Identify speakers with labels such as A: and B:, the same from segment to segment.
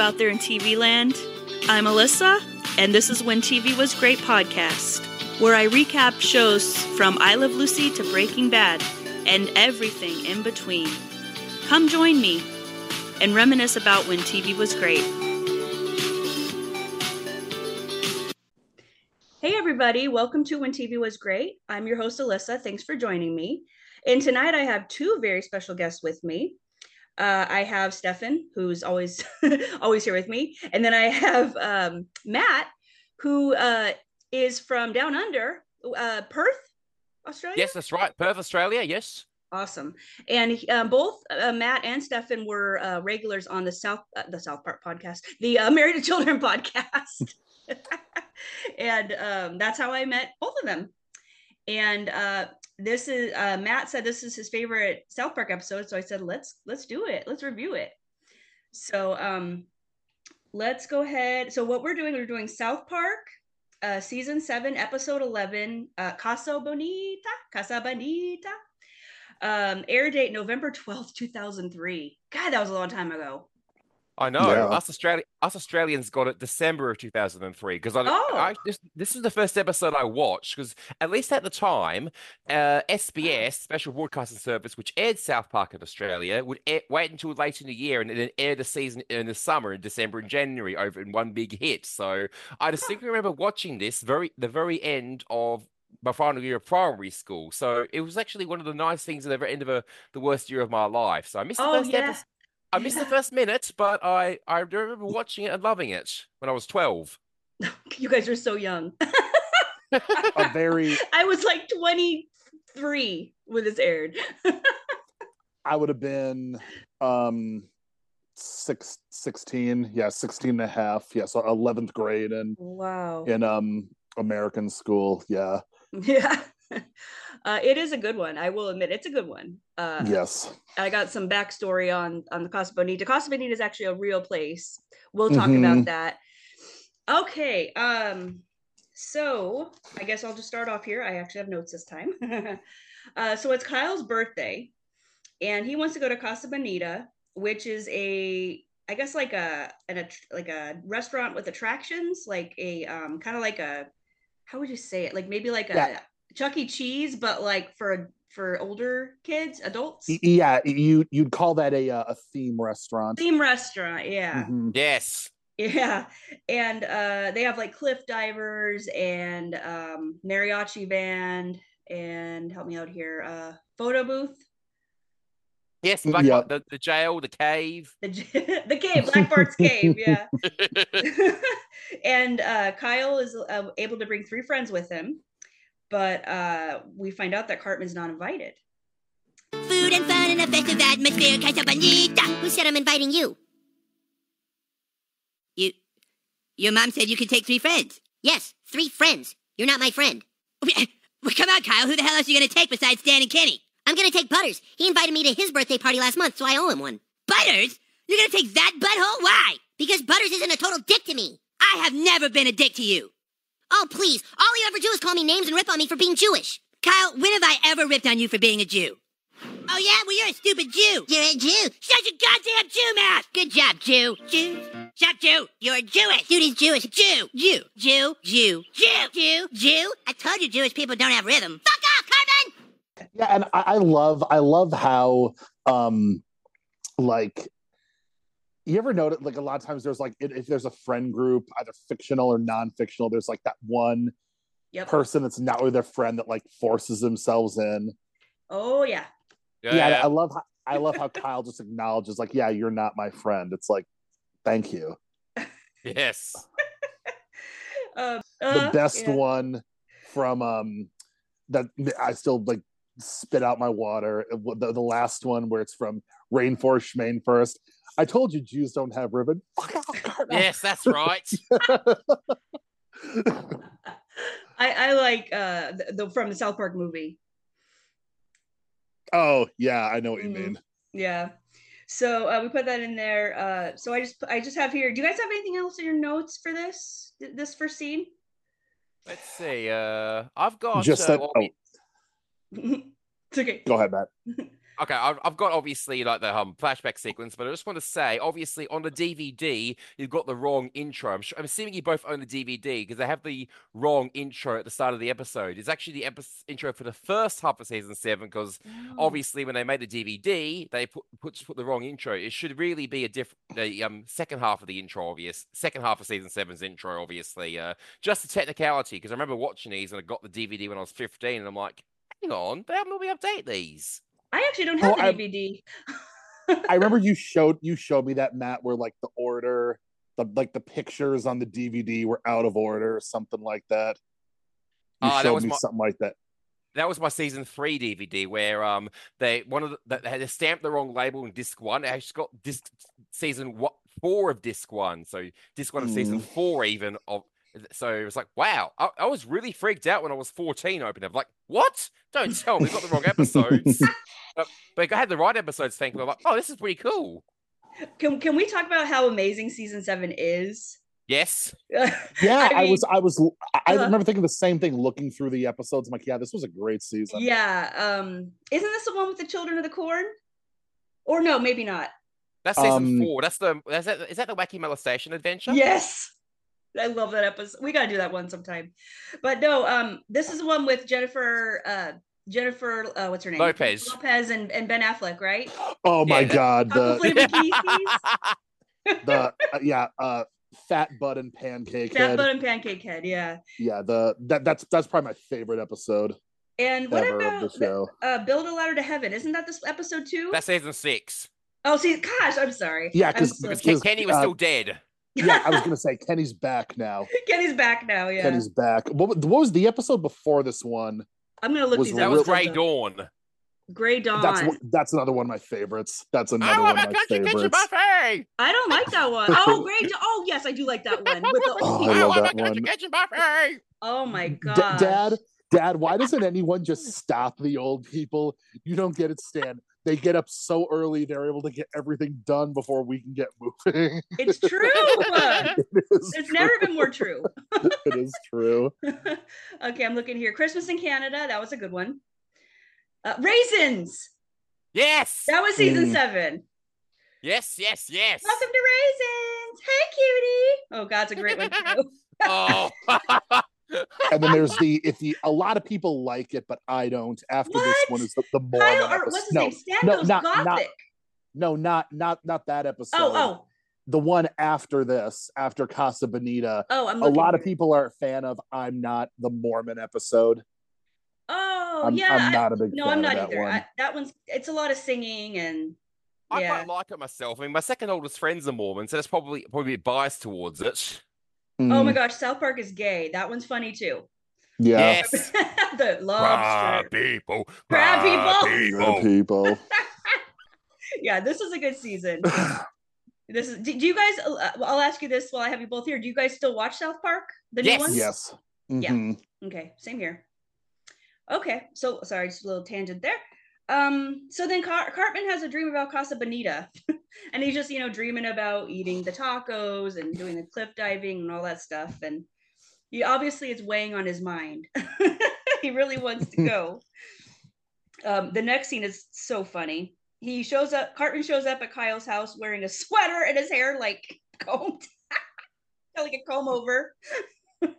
A: out there in TV land. I'm Alyssa, and this is When TV Was Great podcast, where I recap shows from I Love Lucy to Breaking Bad and everything in between. Come join me and reminisce about when TV was great. Hey, everybody, welcome to When TV Was Great. I'm your host, Alyssa. Thanks for joining me. And tonight I have two very special guests with me. Uh, I have Stefan, who's always always here with me, and then I have um, Matt, who uh, is from down under uh, Perth, Australia.
B: Yes, that's right. Perth, Australia. Yes.
A: Awesome. And um, both uh, Matt and Stefan were uh, regulars on the South uh, the South Park podcast, the uh, Married to Children podcast, and um, that's how I met both of them. And uh, this is uh, Matt said this is his favorite South Park episode, so I said let's let's do it, let's review it. So um, let's go ahead. So what we're doing, we're doing South Park. Uh, season 7 episode 11 uh, casa bonita casa bonita um, air date November 12th, 2003. God, that was a long time ago.
B: I know
C: Yeah.
B: us Australia us Australians got it December of 2003 because I,
A: Oh.
B: I this, this is the first episode I watched because at least at the time uh, SBS Special Broadcasting Service which aired South Park in Australia would air, wait until late in the year and then air the season in the summer in December and January over in one big hit so I distinctly remember watching this very the very end of my final year of primary school so it was actually one of the nice things at the very end of a, the worst year of my life so I missed the
A: Oh,
B: first
A: yeah.
B: episode. I missed the
A: Yeah.
B: first minute, but I I do remember watching it and loving it when I was twelve.
A: You guys are so young.
C: a very
A: I was like 23 when this aired.
C: i would have been um six, 16 yeah 16 and a half yeah so 11th grade in
A: Wow.
C: in um american school yeah
A: Yeah. Uh, it is a good one. I will admit it's a good one. Uh,
C: yes
A: I got some backstory on on the Casa Bonita. Casa Bonita is actually a real place. We'll talk about
C: Mhm.
A: that. Okay. Um. So I guess I'll just start off here. I actually have notes this time. uh, so it's Kyle's birthday, and he wants to go to Casa Bonita, which is a I guess like a an att- like a restaurant with attractions, like a um kind of like a how would you say it? Like maybe like a
C: Yeah.
A: Chuck E. Cheese, but like for for older kids, adults.
C: Y- yeah you you'd call that a uh, a theme restaurant
A: Theme restaurant, yeah.
C: Mhm.
B: Yes,
A: Yeah. And uh they have like cliff divers and um mariachi band and help me out here, uh photo booth,
B: yes,
C: Mm,
B: Black
C: yeah.
B: the, the jail, the cave.
A: the j- the cave, Black Bart's cave, yeah. and uh Kyle is uh, able to bring three friends with him, but uh we find out that Cartman's not invited.
D: Food and fun and a festive atmosphere, Casa Bonita. Who said I'm inviting you? You, your mom said you could take three friends. Yes, three friends. You're not my friend. Well, come on, Kyle. Who the hell else are you gonna take besides Dan and Kenny? I'm gonna take Butters. He invited me to his birthday party last month, so I owe him one. Butters? You're gonna take that butthole? Why? Because Butters isn't a total dick to me. I have never been a dick to you. Oh, please. All you ever do is call me names and rip on me for being Jewish. Kyle, when have I ever ripped on you for being a Jew? Oh, yeah? Well, you're a stupid Jew. You're a Jew. Shut your goddamn Jew mouth. Good job, Jew. Jew. Shut up, Jew. You're Jewish. Dude is Jewish. Jew. Jew. Jew. Jew. Jew. Jew. Jew. I told you Jewish people don't have rhythm. Fuck off, Carmen!
C: yeah and I, I love i love how um like you ever notice like a lot of times there's like if if there's a friend group either fictional or non-fictional there's like that one
A: Yep.
C: person that's not with their friend that like forces themselves in.
A: oh yeah.
C: Yeah, I love how, I love how Kyle just acknowledges like, yeah, you're not my friend. It's like, thank you.
B: yes.
A: Um,
C: The
A: uh,
C: best
A: yeah.
C: one from um that I still like spit out my water. It wa- The, the last one where it's from Rainforest Maine first. I told you Jews don't have ribbon. Fuck off, Cardinal.
B: Yes, that's right.
A: I, I like uh the, the from the South Park movie.
C: Oh yeah, I know what you
A: Mhm.
C: mean.
A: Yeah. So uh, we put that in there. Uh, so I just I just have here. Do you guys have anything else in your notes for this th- this first scene?
B: Let's see. Uh, I've got
C: Just
B: uh,
C: that-
B: well,
C: oh.
B: we-
A: it's okay.
C: Go ahead, Matt.
B: Okay, I've, I've got obviously like the um, flashback sequence, but I just want to say, obviously, on the DVD, you've got the wrong intro. I'm, sure, I'm assuming you both own the DVD because they have the wrong intro at the start of the episode. It's actually the epi- intro for the first half of season seven because
A: Mm.
C: Oh.
B: obviously, when they made the DVD, they put put, put the wrong intro. It should really be a different the um, second half of the intro, obvious second half of season seven's intro, obviously. Uh, just a technicality because I remember watching these and I got the DVD when I was 15, and I'm like, hang on, they haven't let me update these.
A: I actually don't have
C: Well, Oh, I-
A: the DVD.
C: I remember you showed you showed me that Matt where like the order, the like the pictures on the DVD were out of order or something like that.
B: Ah,
C: You
B: that
C: showed
B: was
C: me
B: my-
C: something like that.
B: that was my season three DVD where um they one of the they had stamped the wrong label in disc one. It actually got disc season what four of disc one, so disc one of season
C: Mm.
B: four even of. So it was like, wow, I, I was really freaked out when I was 14 opening up. Like, what? Don't tell me, we got the wrong episodes. but, but I had the right episodes, thankfully. I'm like, oh, this is pretty cool.
A: Can can we talk about how amazing season seven is?
B: Yes.
C: Yeah,
A: I
C: I, was I was I- I
A: uh,
C: remember thinking the same thing looking through the episodes. I'm like, yeah, this was a great season.
A: Yeah. Um, isn't this the one with the children of the corn? Or no, maybe not.
B: That's season
C: Um,
B: four. That's the, that's that, is that the Wacky Molestation adventure?
A: Yes. I love that episode. We gotta do that one sometime. But no, um, this is the one with Jennifer uh Jennifer uh what's her name?
B: Lopez.
A: Lopez and, and Ben Affleck, right?
C: Oh my
B: Yeah.
C: god, the,
A: Conflated with feces.
C: the uh, yeah, uh fat butt and pancake
A: Fat
C: head.
A: butt and pancake head, yeah.
C: Yeah, the that that's that's probably my favorite episode
A: And what
C: ever of
A: about
C: the show.
A: uh Build a Ladder to Heaven? Isn't that this episode two?
B: That's season six.
A: oh see, gosh, I'm sorry.
C: Yeah,
A: I'm
C: 'cause-
A: so-
B: Because
C: It
B: Ken-
C: was,
B: Kenny was
C: uh,
B: still dead.
C: Yeah, I was gonna say Kenny's back now.
A: Kenny's back now, yeah.
C: Kenny's back. What, wa- what was the episode before this one?
A: I'm gonna look
C: was
A: these
C: That
B: That
A: up.
B: was
C: real-
B: Grey Dawn.
A: Grey Dawn.
C: That's one- that's another one of my favorites. That's
B: I
C: another one
B: want
C: of
B: a
C: my
B: country kitchen
C: favorites.
B: buffet.
A: I don't like that one. Oh, Grey Dawn. Oh, yes, I do like that one. With the,
C: Oh, I
B: I,
C: love
B: want
C: that
B: a country
C: one.
B: kitchen buffet.
A: oh my
C: D-
A: god.
C: Dad, Dad, why doesn't anyone just stop the old people? You don't get it, Stan. They get up so early; they're able to get everything done before we can get moving.
A: It's true.
C: it, is,
A: It's never been more true.
C: it is true.
A: okay, I'm looking here. Christmas in Canada. That was a good one. Uh, Raisins.
B: yes.
A: That was season
C: Mm.
A: seven.
B: Yes, yes, yes.
A: Welcome to Raisins. Hey, cutie. Oh, God, it's a great one. too.
B: oh.
C: And then there's the if the a lot of people like it, but I don't. After this
A: What?
C: one is the, the Mormon
A: Kyle, or
C: episode.
A: what's his
C: no,
A: name? Stango's
C: not-
A: Gothic.
C: not- no, not not not that episode.
A: oh, oh,
C: the one after this, after Casa Bonita,
A: oh, I'm
C: a
A: looking.
C: lot of
A: here.
C: people are a fan of I'm Not the Mormon episode.
A: Oh,
C: I'm,
A: yeah.
C: I'm
A: I-
C: not a big
A: no,
C: fan
A: I'm not
C: of that
A: either.
C: one.
A: I, that one's, it's a lot of singing and.
B: I
A: Yeah.
B: quite like it myself. I mean, my second oldest friend's a Mormon, so that's probably probably biased towards it.
A: Oh
C: Mm,
A: my gosh, South Park is gay. That one's funny too.
C: yeah.
B: Yes.
A: the
B: Crab
A: lobster.
B: people.
A: Crab
C: The
B: people.
C: People.
A: Yeah, this is a good season. This is. Do do you guys? uh, I'll ask you this while I have you both here. Do you guys still watch South Park? The
B: Yes.
A: new ones?
C: yes.
A: Yeah.
C: Mhm.
A: Okay. Same here. Okay. So sorry, just a little tangent there. Um. So then Car- Cartman has a dream about Casa Bonita, and he's just you know dreaming about eating the tacos and doing the cliff diving and all that stuff, and he obviously it's weighing on his mind. he really wants to go. um, the next scene is so funny. He shows up. Cartman shows up at Kyle's house wearing a sweater and his hair like combed, like a comb over.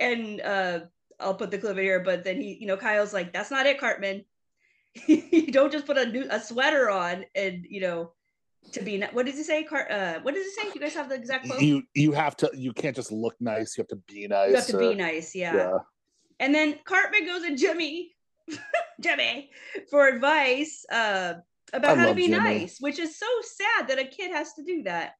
A: and uh, I'll put the clip in here. But then he, you know, Kyle's like, "That's not it, Cartman. you don't just put a new a sweater on and you know." To be ni- what does he say? Car- uh, what does he say? You guys have the exact quote.
C: You you have to you can't just look nice, you have to be nice.
A: You have to
C: or-
A: be nice, yeah. And then Cartman goes to Jimmy, Jimmy, for advice uh, about
C: I
A: how to
C: love
A: be
C: Jimmy.
A: nice, which is so sad that a kid has to do that.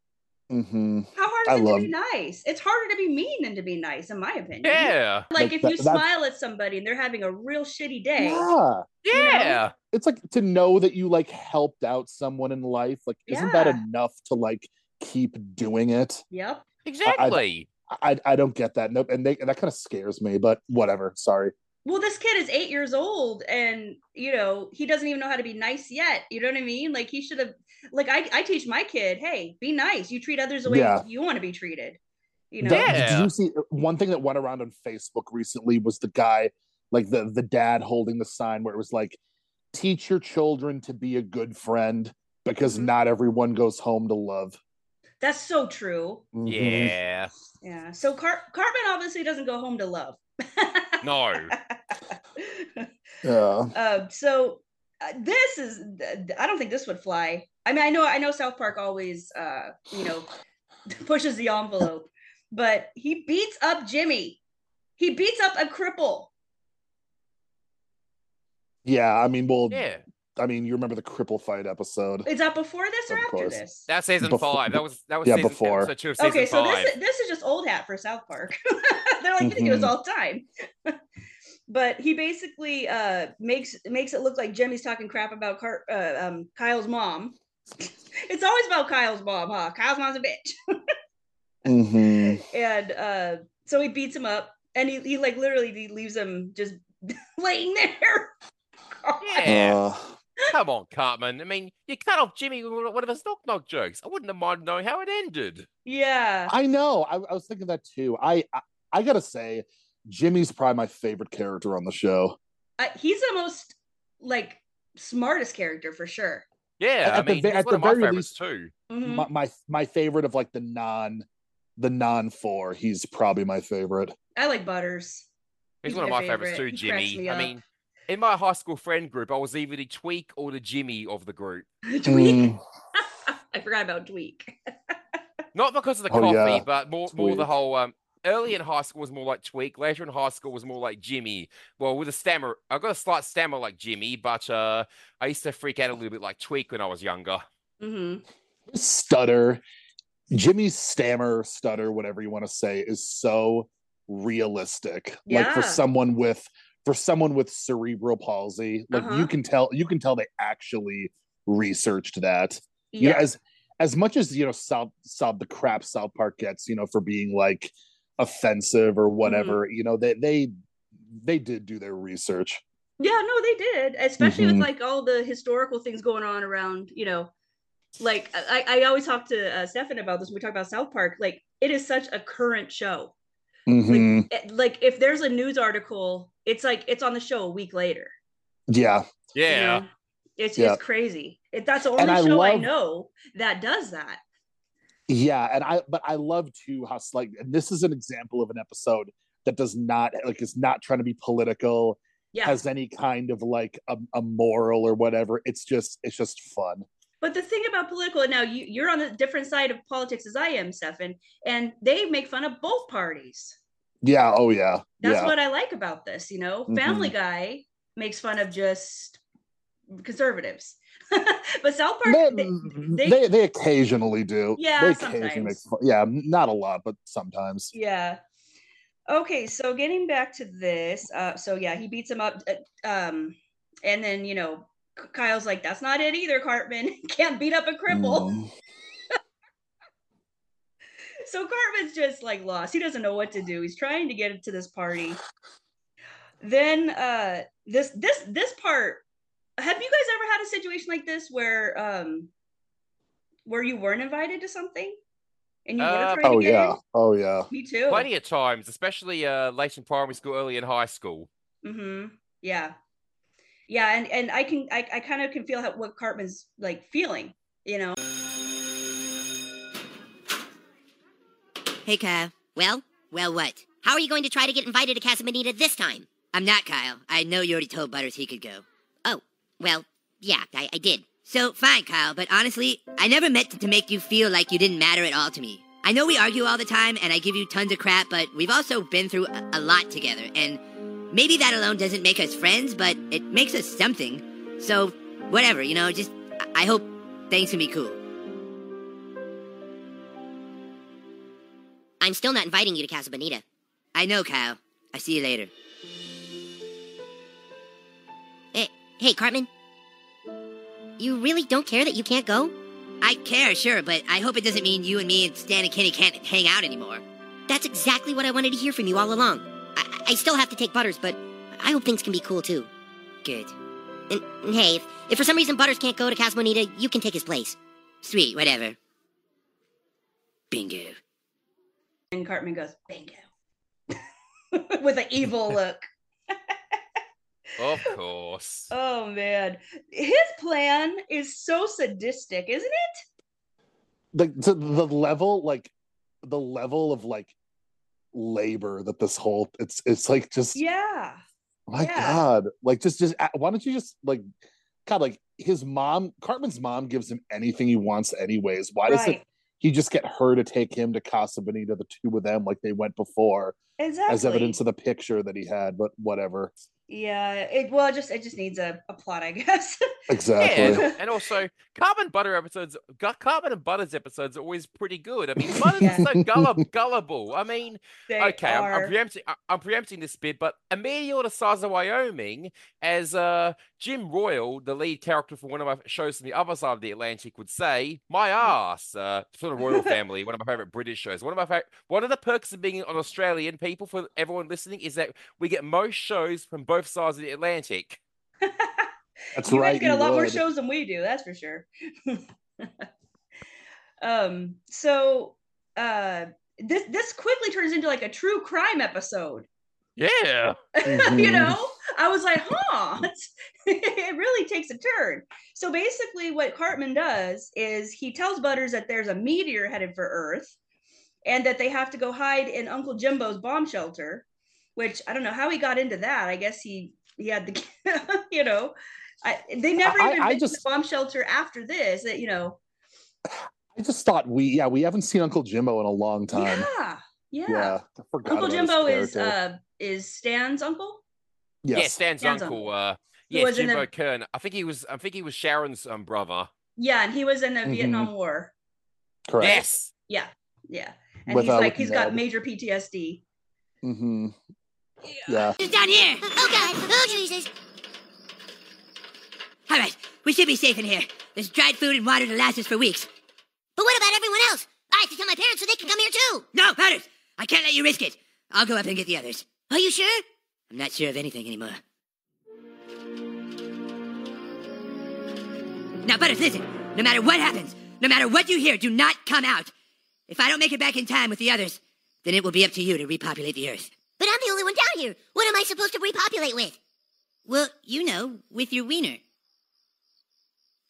C: Mhm.
A: How hard
C: I
A: is it
C: love-
A: to be nice? It's harder to be mean than to be nice, in my opinion.
B: Yeah.
A: Like
C: Like
A: if
C: that-
A: you
C: that's-
A: smile at somebody and they're having a real shitty day.
C: Yeah.
B: Yeah.
C: It's like to know that you like helped out someone in life. Like, isn't that
A: Yeah.
C: enough to like keep doing it?
A: Yep.
B: Exactly.
C: I, I don't get that. Nope. And they, that kind of scares me, but whatever. Sorry.
A: Well, this kid is eight years old and you know, he doesn't even know how to be nice yet. You know what I mean? Like he should have like I, I teach my kid, hey, be nice. You treat others the way
C: Yeah.
A: you want to be treated. You know?
C: The- Did
B: Yeah.
C: you see uh, one thing that went around on Facebook recently was the guy, like the the dad holding the sign where it was like, teach your children to be a good friend because
A: Mhm.
C: not everyone goes home to love.
A: That's so true.
C: Mhm.
B: Yeah.
A: Yeah. So Car- Cartman obviously doesn't go home to love.
B: No.
C: Yeah.
A: Um, so uh, this is th- th- I don't think this would fly. I mean, I know I know South Park always uh, you know pushes the envelope, but he beats up Jimmy. He beats up a cripple.
C: Yeah. I mean, well,
B: Yeah.
C: I mean, you remember the cripple fight episode.
A: Is that before this or
C: Of
A: after
C: course.
A: this?
B: That's season
C: Befo-
B: five. That was that was
C: yeah,
B: season
C: before.
B: episode two of season
A: Okay, so
B: five.
A: this this is just old hat for South Park. They're like, you think it was
C: Mhm.
A: all the time. but he basically uh, makes makes it look like Jimmy's talking crap about Car- uh, um, Kyle's mom. it's always about Kyle's mom, huh? Kyle's mom's a bitch.
C: hmm
A: and uh so he beats him up and he, he like literally he leaves him just laying there
B: Yeah.
C: Uh,
B: Come on, Cartman. I mean, you cut off Jimmy with one of his knock knock jokes. I wouldn't have minded knowing how it ended.
A: yeah
C: I know. I, I was thinking that too. I, I I gotta say, Jimmy's probably my favorite character on the show.
A: I, he's the most like smartest character for sure
B: Yeah,
C: At
B: I
C: the
B: mean,
C: ve-
B: he's
C: at
B: one
C: the
B: of my
C: very
B: favorites
C: least-
B: too.
A: Mhm.
C: My, my my favorite of like the non the non four. He's probably my favorite.
A: i like butters
B: He's,
A: He's
B: one of
A: my
B: my favorites too,
A: favorite. He cracks
B: Jimmy.
A: me
B: I
A: up.
B: mean, in my high school friend group, I was either the tweak or the Jimmy of the group.
C: Mm.
A: dweek i forgot about dweek
B: Not because of the
C: Oh,
B: coffee,
C: yeah.
B: but more more the
C: Tweak.
B: whole um early in high school was more like tweak, later in high school was more like Jimmy. Well, with a stammer, I got a slight stammer like Jimmy, but uh I used to freak out a little bit like tweak when I was younger.
A: hmm
C: stutter jimmy's stammer stutter whatever you want to say is so realistic like
A: Yeah.
C: for someone with for someone with cerebral palsy like
A: Uh-huh.
C: you can tell you can tell they actually researched that you know
A: yeah
C: as as much as you know south south the crap south park gets you know for being like offensive
A: Mm-hmm.
C: or whatever you know they they they did do their research
A: yeah no they did especially
C: Mhm.
A: with like all the historical things going on around you know like i, I always talk to uh, stefan about this when we talk about south park like it is such a current show
C: Mhm.
A: it- like if there's a news article, it's like it's on the show a week later.
C: yeah
A: you
B: Yeah.
A: know? It's
C: Yeah.
A: it's crazy. It, that's the only
C: And I
A: show I
C: love-
A: know that does that.
C: Yeah, and I but I love too how s- like and this is an example of an episode that does not like is not trying to be political,
A: Yeah.
C: has any kind of like a, a moral or whatever. It's just it's just fun.
A: but the thing about political now you, you're on the different side of politics as I am, Stefan, and they make fun of both parties.
C: Yeah, oh yeah.
A: That's
C: yeah.
A: what I like about this, you know.
C: Mhm.
A: Family Guy makes fun of just conservatives. but South Park
C: they,
A: they-
C: they, they occasionally do.
A: Yeah,
C: they occasionally make
A: sometimes.
C: fun- yeah, not a lot, but sometimes.
A: Yeah. Okay, so getting back to this, uh, so yeah, he beats him up, uh, um, and then you know K- Kyle's like, "That's not it either, Cartman. Can't beat up a cripple."
C: Mm.
A: So Cartman's just like lost. He doesn't know what to do. He's trying to get to this party. Then uh, this this this part. Have you guys ever had a situation like this where um, where you weren't invited to something and you
B: Uh,
A: were trying
C: Oh
A: to get
C: yeah. Oh yeah.
A: in? Me too.
B: Plenty of times, especially uh late in primary school, early in high school.
A: hmm Yeah. Yeah. And, and I can, I, I kind of can feel how, what Cartman's like feeling, you know?
D: Hey, Kyle. Well, well, what? How are you going to try to get invited to Casa Bonita this time? I'm not, Kyle. I know you already told Butters he could go. Oh, well, yeah, I, I did. So, fine, Kyle, but honestly, I never meant to, to make you feel like you didn't matter at all to me. I know we argue all the time and I give you tons of crap, but we've also been through a, a lot together, and maybe that alone doesn't make us friends, but it makes us something. So, whatever, you know, just, I- I hope things can be cool. I'm still not inviting you to Casa Bonita. I know, Kyle. I see you later. Hey, hey, Cartman. You really don't care that you can't go? I care, sure, but I hope it doesn't mean you and me and Stan and Kenny can't hang out anymore. That's exactly what I wanted to hear from you all along. I, I still have to take Butters, but I hope things can be cool too. Good. And, and hey, if, if for some reason Butters can't go to Casa Bonita, you can take his place. Sweet, whatever. Bingo.
A: And Cartman goes, bingo, with an evil look.
B: Of course.
A: Oh man, his plan is so sadistic, isn't it?
C: Like to the level, like the level of like labor that this whole it's it's like just
A: Yeah.
C: my
A: yeah.
C: god, like just just a- why don't you just like God, like his mom, Cartman's mom gives him anything he wants anyways. Why doesn't
A: right.
C: he just get her to take him to Casa Bonita, the two of them, like they went before,
A: Exactly.
C: as evidence of the picture that he had? But whatever,
A: Yeah. It well, it just it just needs a, a plot, I guess.
C: exactly.
A: Yeah.
B: And, and also, carbon butter episodes, gu- carbon and butters episodes are always pretty good. I mean, butters is so gullib- gullible. I mean,
A: They
B: okay, I'm,
A: are-
B: I'm preempting. I- I'm preempting this bit, but a meteor to size of Wyoming, as uh, Jim Royal, the lead character from one of my shows from the other side of the Atlantic, would say, "My
A: Mm.
B: ass." Uh, from the Royal Family, one of my favorite British shows. One of my favorite. One of the perks of being an Australian people for everyone listening is that we get most shows from both sides of the Atlantic.
C: That's
A: you
C: right.
A: guys get a
C: you
A: lot more
C: would.
A: shows than we do that's for sure um so uh this this quickly turns into like a true crime episode
B: Yeah.
A: you
C: Mhm.
A: know i was like huh it's- it really takes a turn so basically what cartman does is he tells butters that there's a meteor headed for earth and that they have to go hide in uncle jimbo's bomb shelter which i don't know how he got into that i guess he he had the you know I, they never
C: I-
A: even
C: I
A: I, the
C: just-
A: bomb shelter after this that you know
C: I just thought we, yeah, we haven't seen Uncle Jimbo in a long time.
A: yeah yeah,
C: Yeah, I forgot
A: uncle
C: about his
A: jimbo is
C: character.
A: uh is stan's uncle
C: yes,
B: Yeah, Stan's,
A: Stan's
B: uncle.
A: uncle.
B: Uh,
A: Who
B: yeah,
A: was in the-
B: Jimbo Kern. I think he was. I think he was Sharon's um, brother.
A: yeah and he was in the
C: Mhm.
A: vietnam war
C: correct.
B: Yes.
A: Yeah, yeah. And
C: With,
A: he's
C: uh,
A: like,
C: with
A: he's got
C: Ned.
A: major PTSD.
C: hmm Yeah,
D: It's down here. Oh, God. Oh, Jesus. All right. We should be safe in here. There's dried food and water to last us for weeks. But what about everyone else? I have to tell my parents so they can come here, too. No, Butters. I can't let you risk it. I'll go up and get the others. Are you sure? I'm not sure of anything anymore. Now, Butters, listen. No matter what happens, no matter what you hear, do not come out. If I don't make it back in time with the others, then it will be up to you to repopulate the Earth. But I'm the only one down here. What am I supposed to repopulate with? Well, you know, with your wiener.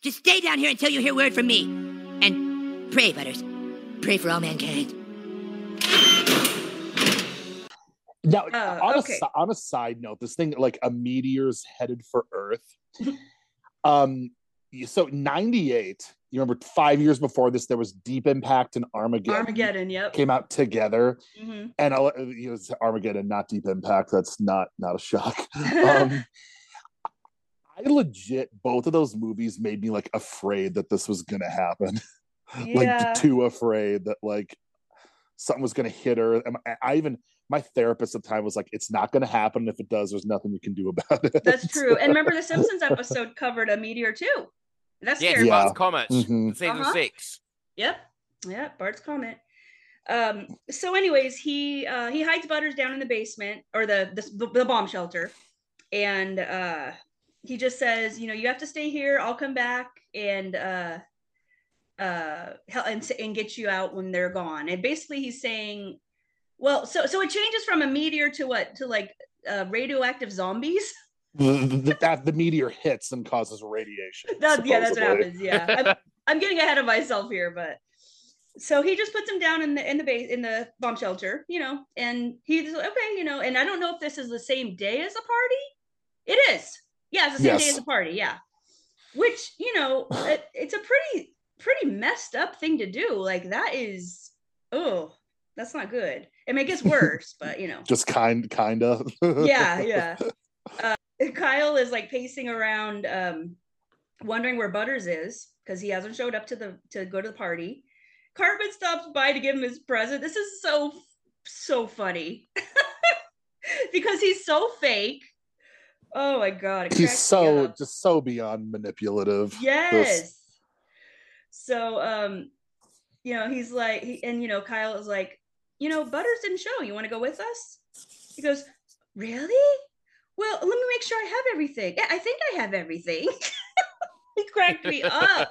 D: Just stay down here until you hear word from me. And pray, Butters. Pray for all mankind.
C: Now,
A: Uh,
C: on,
A: okay.
C: a, si- on a side note, this thing like a meteor's headed for Earth. um, you- so '98, you remember five years before this, there was Deep Impact and Armageddon.
A: Armageddon. Yep.
C: came out together,
A: Mhm.
C: and I'll, you know, it's Armageddon, not Deep Impact. That's not not a shock. Um, I legit both of those movies made me like afraid that this was gonna happen.
A: Yeah.
C: like too afraid that like something was going to hit her. And I- I even my therapist at the time was like, "It's not going to happen. If it does, there's nothing you can do about it."
A: That's true. And remember, the Simpsons episode covered a meteor too. That's
B: Yes,
A: scary.
C: Yeah.
B: Bart's Comet,
C: Mhm.
B: season
A: Uh-huh.
B: six.
A: Yep. Yep. Bart's comment. Um, so, anyways, he uh, he hides Butters down in the basement or the the, the bomb shelter, and uh, he just says, you know, you have to stay here. I'll come back and uh, uh, hel- and s- and get you out when they're gone. And basically, he's saying, well, so so it changes from a meteor to what to like uh, radioactive zombies.
C: the, the, the- that the meteor hits and causes radiation.
A: That, yeah, that's what
C: supposedly.
A: happens. Yeah, I'm, I'm getting ahead of myself here, but so he just puts him down in the in the base in the bomb shelter, you know, and he's okay, you know, and I don't know if this is the same day as the party. It is, yeah, it's the same day
C: Yes.
A: as the party, yeah. Which you know, it, it's a pretty pretty messed up thing to do. Like that is, oh, that's not good. I mean, it gets worse, but you know,
C: Just kind, kind of.
A: yeah, yeah. Uh, Kyle is like pacing around, um, wondering where Butters is because he hasn't showed up to the to go to the party. Cartman stops by to give him his present. This is so so funny because he's so fake. Oh my god, it
C: He's
A: cracks me
C: so
A: up.
C: just so beyond manipulative.
A: Yes. So um, you know, he's like, he, and you know, Kyle is like, you know, Butters didn't show. You want to go with us? He goes, really? Well, let me make sure I have everything. Yeah, I think I have everything. he cracked me up.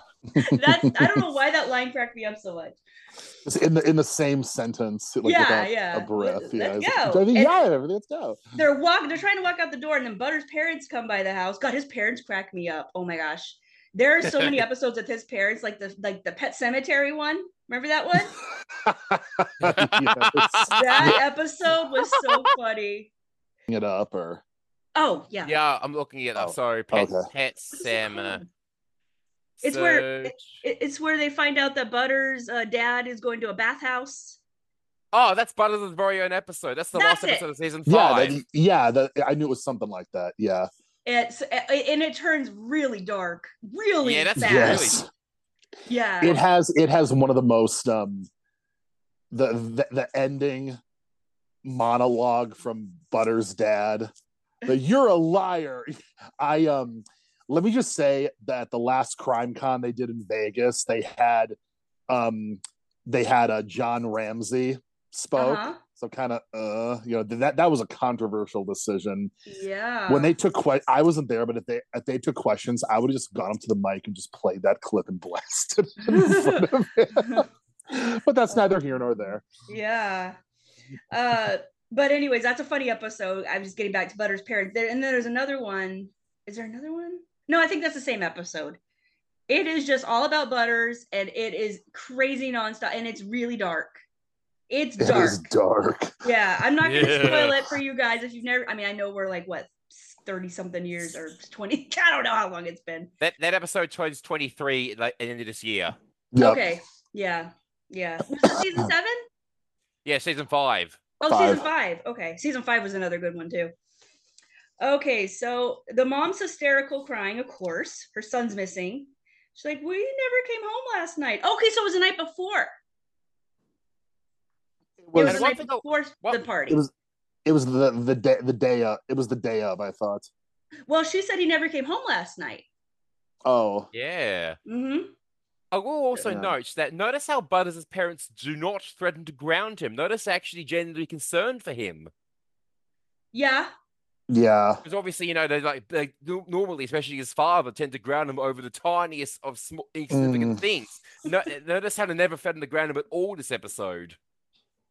A: That's I don't know why that line cracked me up so much.
C: Just in the in the same sentence, like
A: Yeah,
C: without
A: yeah.
C: a breath.
A: Let's-
C: Yeah,
A: let's
C: it's like,
A: go.
C: I
A: And-
C: think, yeah, everything. Let's go.
A: They're walk they're trying to walk out the door and then Butter's parents come by the house. God, his parents crack me up. Oh my gosh. There are so many episodes with his parents, like the like the pet cemetery one. Remember that one?
C: Yes.
A: That episode was so funny.
C: Hang it up or
A: Oh yeah.
B: Yeah, I'm looking at that.
C: Oh,
B: Sorry, pet,
C: okay.
B: pet
A: What is it
B: salmon.
A: called? It's where- It- It's where they find out that Butter's uh, dad is going to a bathhouse.
B: Oh, that's Butter the very own episode. That's the
A: That's
B: last episode
A: it.
B: of season
C: yeah,
B: five.
C: that, yeah. That, I knew it was something like that. Yeah,
A: It's and it turns really dark, really
B: Yeah, that's
A: fast.
C: yes.
A: Yeah,
C: It has it has one of the most um, the the, the ending monologue from Butter's dad. The, You're a liar. I um, let me just say that the last crime con they did in Vegas, they had um, they had a John Ramsey spoke.
A: Uh-huh.
C: So kind of uh, you know that that was a controversial decision.
A: yeah.
C: when they took que- I wasn't there, but if they if they took questions, I would have just gone up to the mic and just played that clip and blasted it in front of it. but that's neither here nor there.
A: yeah. Uh, but anyways, that's a funny episode. I'm just getting back to Butter's parents. There and then there's another one. Is there another one? No, I think that's the same episode. It is just all about Butters, and it is crazy nonstop, and it's really dark. It's
C: It
A: dark.
C: is dark.
A: Yeah, I'm not gonna
B: Yeah.
A: spoil it for you guys if you've never. I mean, I know we're like what thirty something years or twenty. I don't know how long it's been.
B: That that episode turns 23 like, at the end of this year.
C: Yep.
A: Okay, yeah, yeah. Was it season seven?
B: Yeah, season five.
A: Oh,
C: Five.
A: season five. Okay, season five was another good one too. Okay, so the mom's hysterical crying. Of course, her son's missing. She's like, "We never came home last night." Okay, so it was the night before.
C: It
A: It
C: was,
A: was the
B: what
A: night
B: did the-
A: before
B: what-
A: the party.
C: it was it was the the day the day of it was the day of I thought.
A: well, she said he never came home last night.
C: Oh
B: Yeah.
A: hmm
B: I will also
C: Yeah.
B: note that notice how Butters' parents do not threaten to ground him. Notice they're actually genuinely concerned for him.
A: Yeah,
C: yeah,
B: Because obviously, you know, they like they, nor- normally, especially his father, tend to ground him over the tiniest of small insignificant things. No, notice how they never fed him the ground him at all this episode.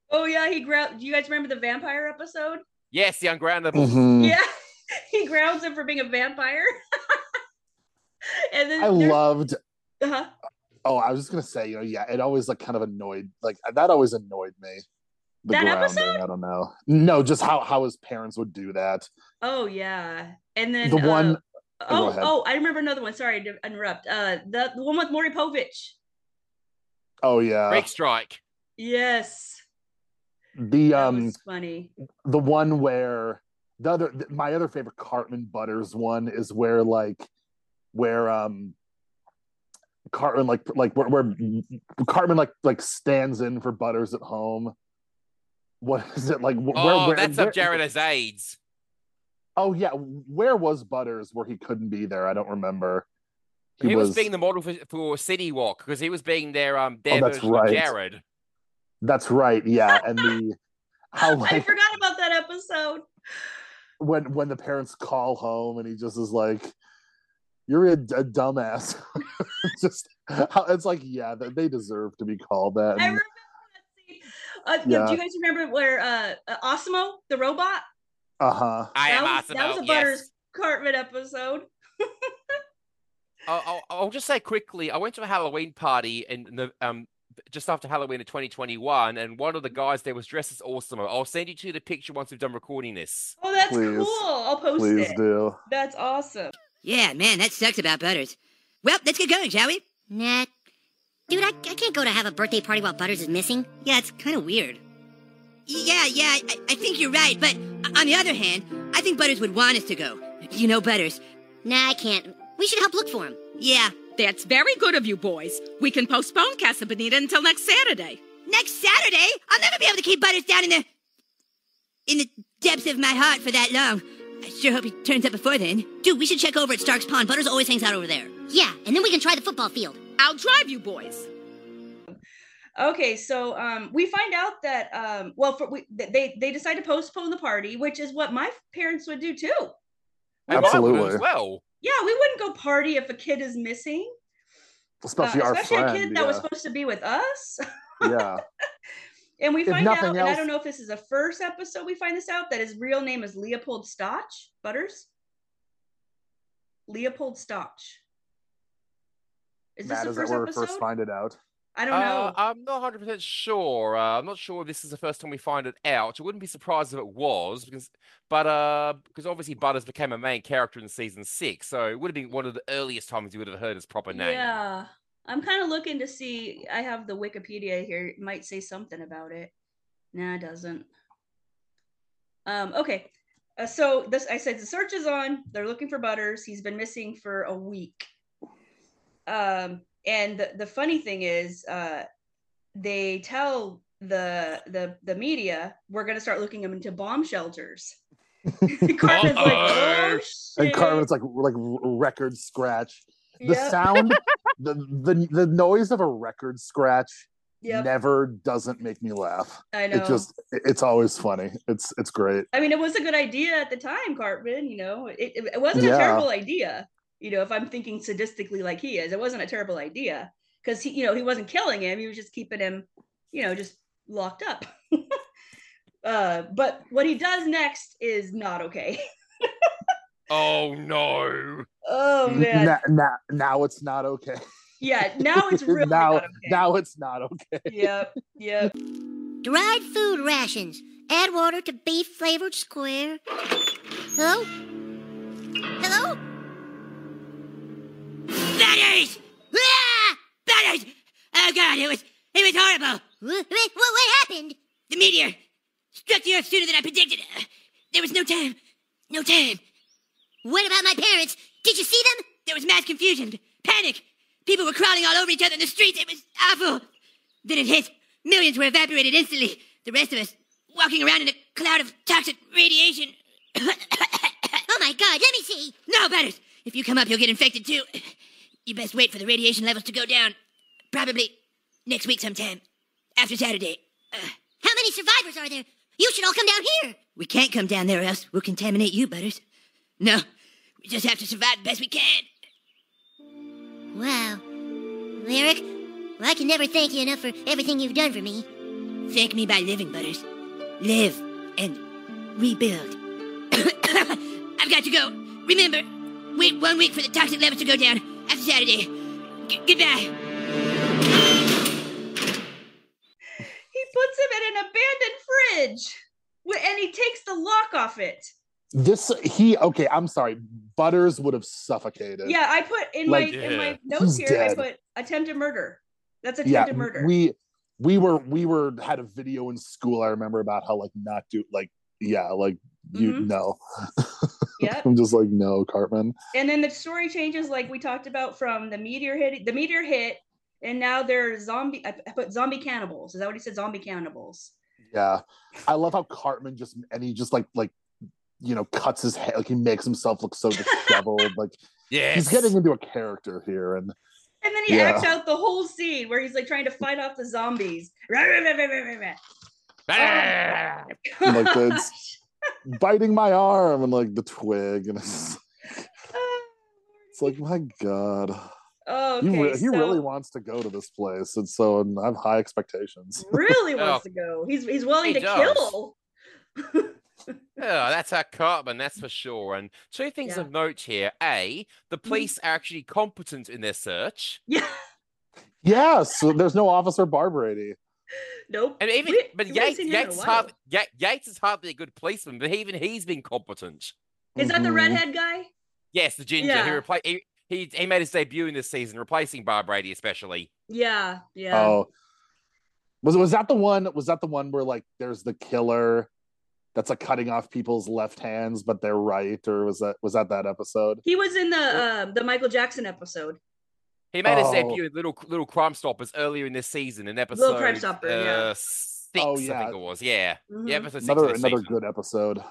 A: Oh yeah, he ground. Do you guys remember the vampire episode?
B: Yes, the ungroundable.
C: Mhm.
A: Yeah, he grounds him for being a vampire. and then
C: I
A: there's-
C: loved.
A: uh-huh.
C: Oh, I was just gonna say you know yeah, it always like kind of annoyed like that always annoyed me. The
A: That
C: grounding, I don't know. No, just how how his parents would do that.
A: Oh yeah, and then
C: The
A: uh,
C: one go
A: Oh,
C: ahead.
A: oh, I remember another one. Sorry to interrupt. Uh, the, the one with Maury Povich.
C: Oh yeah,
B: Break strike.
A: Yes,
C: the
A: that
C: um
A: was funny.
C: the one where the other th- my other favorite Cartman Butters one is where like where um Cartman like like where, where Cartman like like stands in for Butters at home. What is it like? wh- Where,
B: oh,
C: where,
B: that's
C: where,
B: up Jared as AIDS.
C: Oh yeah, where was Butters where he couldn't be there? I don't remember.
B: He, was, being the model for, for City Walk because he was being their um their
C: that's
B: version of
C: right.
B: Jared.
C: That's right. Yeah, and the how
A: I
C: like
A: forgot about that episode.
C: when when the parents call home and he just is like you're a, d- a dumbass just how, it's like yeah they- they deserve to be called that
A: I
C: and
A: remember that scene. Uh,
C: Um, Yeah.
A: Do you guys remember where uh, uh, Osmo the robot?
C: uh-huh
B: I am
A: that was, that was a
B: Asimo, yes.
A: Butters Cartman episode.
B: I'll, I'll, I'll just say quickly. I went to a Halloween party in the um just after Halloween in 2021, and one of the guys there was dressed as Awesome. I'll send you to the picture once we've done recording this.
A: Oh, that's
C: Please.
A: cool. I'll post
C: please
A: it.
C: do
A: That's awesome.
D: Yeah, man, that sucks about Butters. Well, let's get going, shall we?
E: Nah. Dude, I, I can't go to have a birthday party while Butters is missing.
D: Yeah, it's kind of weird. Yeah, yeah, I, I think you're right, but o- on the other hand, I think Butters would want us to go. You know Butters.
E: Nah, I can't. We should help look for him.
D: Yeah,
F: That's very good of you boys. We can postpone Casa Bonita until next Saturday.
D: next Saturday, I'll never be able to keep Butters down in the in the depths of my heart for that long. I sure hope he turns up before then. Dude, we should check over at Stark's Pond. Butters always hangs out over there.
E: Yeah, and then we can try the football field.
F: I'll drive you boys.
A: Okay, so um, we find out that um, well, for, we, th- they they decide to postpone the party, which is what my parents would do too.
B: And I would
C: Absolutely.
B: as well.
A: Yeah, we wouldn't go party if a kid is missing.
C: especially
A: Uh,
C: our
A: especially
C: friend.
A: a kid
C: yeah.
A: that was supposed to be with us.
C: yeah.
A: And we
C: If
A: find out,
C: nothing
A: and I
C: else-
A: don't know if this is the first episode we find this out, that his real name is Leopold Stotch Butters. Leopold Stotch. Is this
C: Matt,
A: the
C: is that
A: first
C: where we
A: episode?
C: first find it out?
A: I don't
B: Uh,
A: know.
B: I'm not 100 percent sure. Uh, I'm not sure if this is the first time we find it out. I wouldn't be surprised if it was, because but uh, because obviously Butters became a main character in season six, so it would have been one of the earliest times you would have heard his proper name.
A: yeah. I'm kind of looking to see. I have the Wikipedia here. It might say something about it. Nah, it doesn't. Um, okay. Uh, so this I said the search is on. They're looking for Butters. He's been missing for a week. Um, and the, the funny thing is, uh, they tell the the the media we're gonna start looking him into bomb shelters. Carmen's like,
B: Uh-oh.
A: oh,
C: And
A: shit."
C: Carmen's like like record scratch. The
A: Yep,
C: sound, the, the the noise of a record scratch
A: yep,
C: never doesn't make me laugh.
A: I know.
C: It just it- it's always funny. It's it's great.
A: I mean, it was a good idea at the time, Cartman. You know, it, it, it wasn't
C: Yeah.
A: a terrible idea. You know, if I'm thinking sadistically like he is, it wasn't a terrible idea because he, you know, he wasn't killing him. He was just keeping him, you know, just locked up. uh, but what he does next is not okay.
B: Oh no!
A: Oh man,
C: Now, now, now it's not okay.
A: yeah. Now it's really
C: now
A: not okay.
C: now it's not okay.
A: Yep, yep.
E: Dried food rations. Add water to beef flavored square. Hello? Hello?
D: Butters! Ah! Butters! Oh god, it was it was horrible.
E: What, what, what happened?
D: The meteor struck the earth sooner than I predicted. Uh, There was no time. No time.
E: What about my parents? Did you see them?
D: There was mass confusion, panic. People were crowding all over each other in the streets. It was awful. Then it hit. Millions were evaporated instantly. The rest of us walking around in a cloud of toxic radiation.
E: Oh my god, let me see.
D: no, Batters. If you come up, you'll get infected too. You best wait for the radiation levels to go down. Probably next week sometime. After Saturday. Uh,
E: How many survivors are there? You should all come down here.
D: we can't come down there or else we'll contaminate you, Butters. No, we just have to survive the best we can.
E: Wow. Lyric, well, I can never thank you enough for everything you've done for me.
D: Thank me by living, Butters. Live and rebuild. I've got to go. Remember, wait one week for the toxic levels to go down after Saturday. G- goodbye.
A: He puts him in an abandoned fridge, wi- and he takes the lock off it.
C: This he okay. I'm sorry. Butters would have suffocated.
A: Yeah, I put in
C: Like,
A: my in
B: Yeah.
A: my notes here.
C: He's dead.
A: I put attempted murder. That's
C: yeah.
A: attempted murder.
C: We we were we were had a video in school. I remember about how like not do like yeah like you
A: Mhm.
C: know.
A: yep.
C: I'm just like no, Cartman.
A: And then the story changes, like we talked about, from the meteor hit. The meteor hit, and now they're zombie. I I put zombie cannibals. Is that what he said? Zombie cannibals.
C: Yeah, I love how Cartman just and he just like like you know cuts his hair like he makes himself look so disheveled. like
B: Yes.
C: he's getting into a character here, and
A: And then he
C: Yeah.
A: acts out the whole scene where he's like trying to fight off the zombies. Rah, rah, rah, rah, rah, rah,
B: Ah!
A: rah.
C: Like that's- biting my arm and like the twig, and it's, it's like my god,
A: oh, okay,
C: he, re- he
A: so-
C: really wants to go to this place, and so I have high expectations.
A: really wants to go. He's he's willing
B: Oh. He
A: to
B: does.
A: kill.
B: Yeah, that's our Cartman, that's for sure. And two things
A: Yeah. Mm-hmm.
B: of note here. A, the police are actually competent in their search.
A: Yeah.
C: Yeah, so there's no Officer Barbrady.
A: Nope.
B: And even
A: We-
B: but
A: we haven't
B: Yates,
A: seen him in a
B: Yates, is
A: while.
B: hardly, Ya- Yates is hardly a good policeman, but even he's been competent.
A: Is that the
C: Mhm.
A: redhead guy?
B: Yes, the ginger. He
A: Yeah.
B: replaced he, he he made his debut in this season, replacing Bob Brady especially.
A: Yeah. Yeah.
C: Oh, was was that the one? Was that the one where like there's the killer that's like cutting off people's left hands, but they're right? Or was that was that that episode?
A: He was in the um, the Michael Jackson episode.
B: He made his
C: Oh.
B: debut in Little Little Crime Stoppers earlier in this season, in episode
A: Crime Stopper,
B: uh,
A: yeah.
B: six,
C: Oh,
B: I
C: yeah.
B: think it was. Yeah,
C: Mm-hmm.
B: yeah,
A: Mhm.
B: episode six of
C: Another
B: this
C: another
B: season.
C: good episode.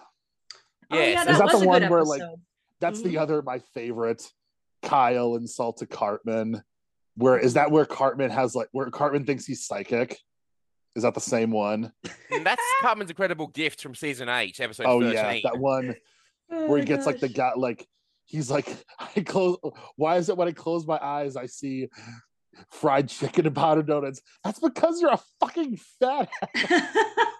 A: Oh
B: Yes.
A: yeah,
B: Is
A: that,
C: that
A: was
C: the
A: a
C: one
A: good
C: where, like,
A: episode.
C: That's
A: Mhm.
C: the other my favorite. Kyle and Salta Cartman. Where is that? Where Cartman has like where Cartman thinks he's psychic. Is that the same one?
B: And that's Cartman's incredible gift from season eight, episode
C: oh
B: thirteen.
C: yeah, that one.
A: Oh
C: where he gets like the guy like he's like I close why is it when I close my eyes I see fried chicken and powdered donuts. That's because you're a fucking fat.